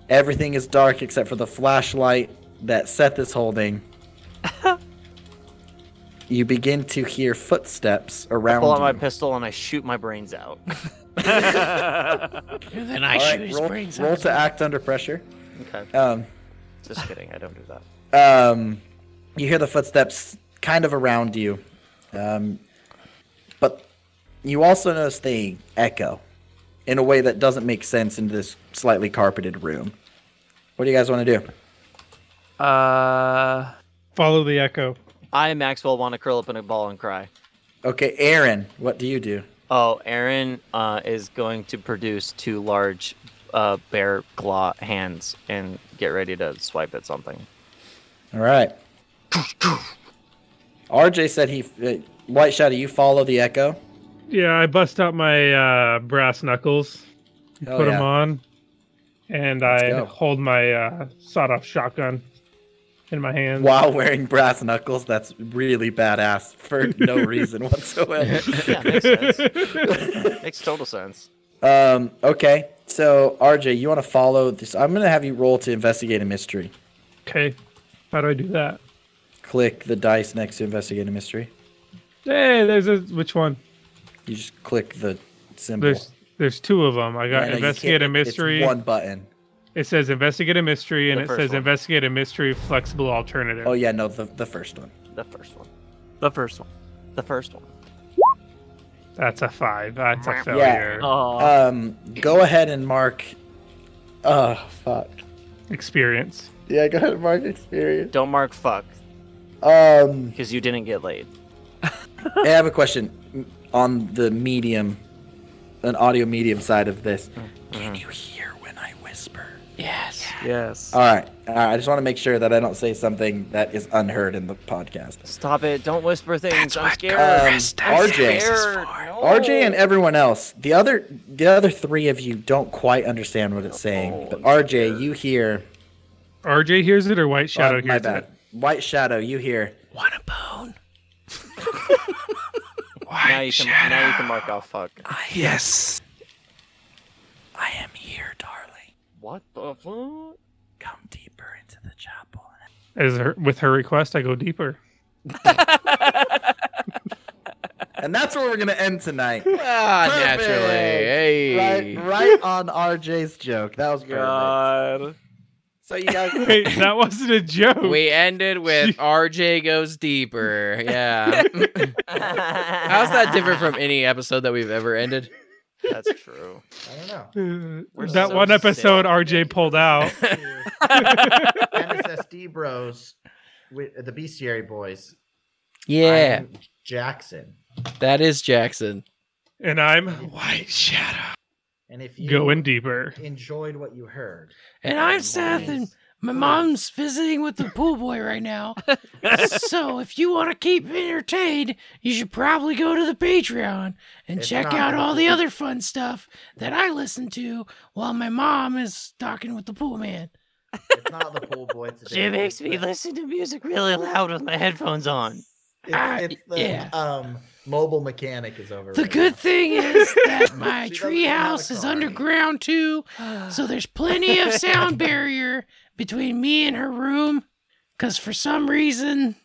Everything is dark except for the flashlight that Seth is holding. you begin to hear footsteps
I
around
pull out
you.
my pistol and I shoot my brains out.
And then I
All
shoot
right,
his
roll,
brains
roll
out.
to act under pressure.
Okay.
Um,
Just kidding. I don't do that.
um, you hear the footsteps kind of around you, um, but you also notice they echo in a way that doesn't make sense in this slightly carpeted room. What do you guys want to do?
Uh,
Follow the echo.
I, Maxwell, want to curl up in a ball and cry.
Okay, Aaron, what do you do?
Oh, Aaron uh, is going to produce two large uh, bear claw hands and get ready to swipe at something.
All right. RJ said he, uh, White Shadow, you follow the echo.
Yeah, I bust out my uh, brass knuckles,
Hell
put
yeah.
them on, and I
go.
hold my uh, sawed-off shotgun in my hand.
While wearing brass knuckles, that's really badass for no reason whatsoever.
Yeah, makes sense. makes total sense.
Um, okay. So, RJ, you want to follow this? I'm going to have you roll to investigate a mystery.
Okay, how do I do that?
Click the dice next to investigate a mystery.
Hey, there's a which one?
You just click the symbol.
There's there's two of them. I
I
got
know you
investigate a
can't- it's
mystery.
one button.
It says investigate a mystery, and
The
it
first
says
one.
investigate a mystery flexible alternative.
Oh, yeah. No, the, the first one.
The first one.
the first one.
The first one.
That's a five. That's a failure.
Oh,
Um, go ahead and mark. Oh, fuck.
Experience.
Yeah, go ahead and mark experience.
Don't mark fuck
Um,
because you didn't get laid.
I have a question on the medium, an audio medium side of this. Can you hear when I whisper?
yes.
All right. All right. I just want to make sure that I don't say something that is unheard in the podcast.
Stop it. Don't whisper things. I'm
Um,
scared.
RJ,
Scared. No.
RJ, and everyone else. The other, the other three of you don't quite understand what it's saying. But RJ, you hear.
RJ hears it or White Shadow
uh, my
hears
bad.
it.
White Shadow, you hear.
now, you can, now you can mark off fuck.
I am here, darling.
What the fuck?
Come deeper into the chapel.
As her, with her request, I go deeper.
And that's where we're gonna end tonight.
Ah,
Perfect.
naturally. Hey.
Right, right on RJ's joke. That was perfect.
God.
So you gotta
Wait, that wasn't a joke.
We ended with RJ goes deeper. Yeah. How's that different from any episode that we've ever ended?
That's true.
I don't know.
We're
that
so
one episode
sick.
RJ pulled out.
NSSD bros with the bestiary boys.
Yeah,
I'm Jackson.
that is Jackson.
And I'm White Shadow.
And if you
Going deeper.
enjoyed what you heard,
And I'm Seth, and my mom's visiting with the pool boy right now. so if you want to keep entertained, you should probably go to the Patreon and
It's
check
not
out all
worth
the
it.
other fun stuff that I listen to while my mom is talking with the pool man.
it's not the pool boy. It's the
She makes me
it's-
listen to music really loud with my headphones on.
Ah,
It's, it's the
yeah.
um, mobile mechanic is over.
The good thing is that my
She doesn't have a
treehouse is
car.
underground too, so there's plenty of sound barrier between me and her room. Cause for some reason,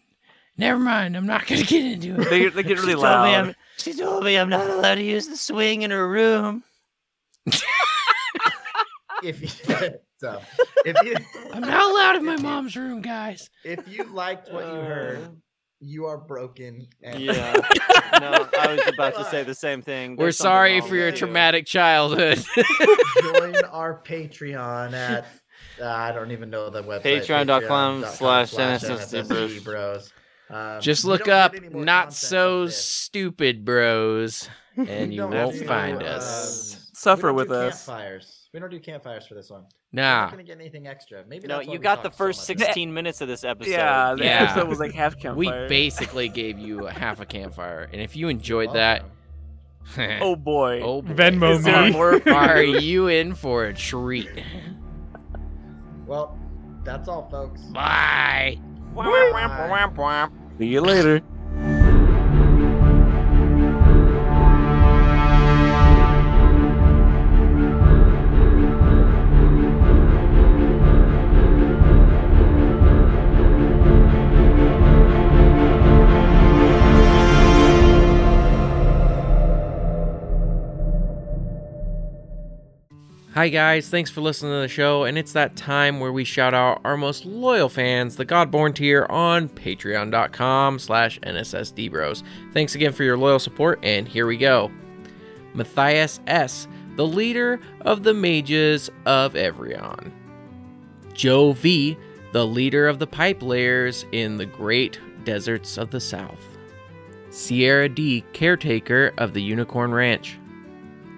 never mind. I'm not gonna get into it.
They, they get
She
really
told me I'm,
loud.
she told me I'm not allowed to use the swing in her room.
If you, so, if you
I'm not allowed in my mom's room, guys.
if you liked what you heard, you are broken. And
no, I was about to say the same thing.
We're sorry for your traumatic childhood.
join our Patreon at uh, I don't even know the website.
Patreon.com slash NSSD bros.
NSSD bros. Um,
Just
you
look
don't
up
get any more
not
content
so
than this.
stupid, bros, and
We
you
don't
won't
do,
find
um,
us.
Suffer
we don't
with
do
us.
Campfires. We don't do campfires for this one. We're
Nah,
not gonna get anything extra. Maybe
No,
that's why
you
we
got the
talked so
first
much about it.
16 minutes of this episode.
Yeah, the
Yeah.
episode was like half
we
campfire.
basically gave you a half a campfire, and if you enjoyed
Welcome.
that,
oh boy.
oh boy.
Venmo
Is there
me.
more for
are
you?
you in for a treat?
Well, that's all, folks.
Bye.
Bye.
Oh. See you later.
Hi, guys. Thanks for listening to the show. And it's that time where we shout out our most loyal fans, the Godborn tier, on patreon.com slash nssdbros. Thanks again for your loyal support, and here we go. Matthias S., the leader of the mages of Evrion. Joe V., the leader of the pipe layers in the great deserts of the south. Sierra D., caretaker of the Unicorn Ranch.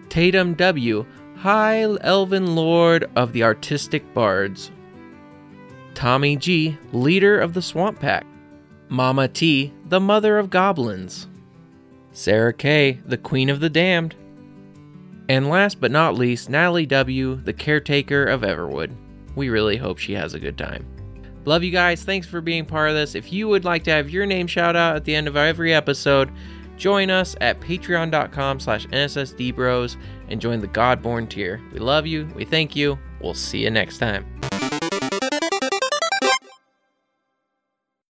Tatum W., High Elven Lord of the Artistic Bards. Tommy G., Leader of the Swamp Pack. Mama T., the Mother of Goblins. Sarah K., the Queen of the Damned. And last but not least, Natalie W., the Caretaker of Everwood. We really hope she has a good time. Love you guys. Thanks for being part of this. If you would like to have your name shout out at the end of every episode, join us at patreon.com slash nssdbros and join the Godborn tier. We love you. We thank you. We'll see you next time.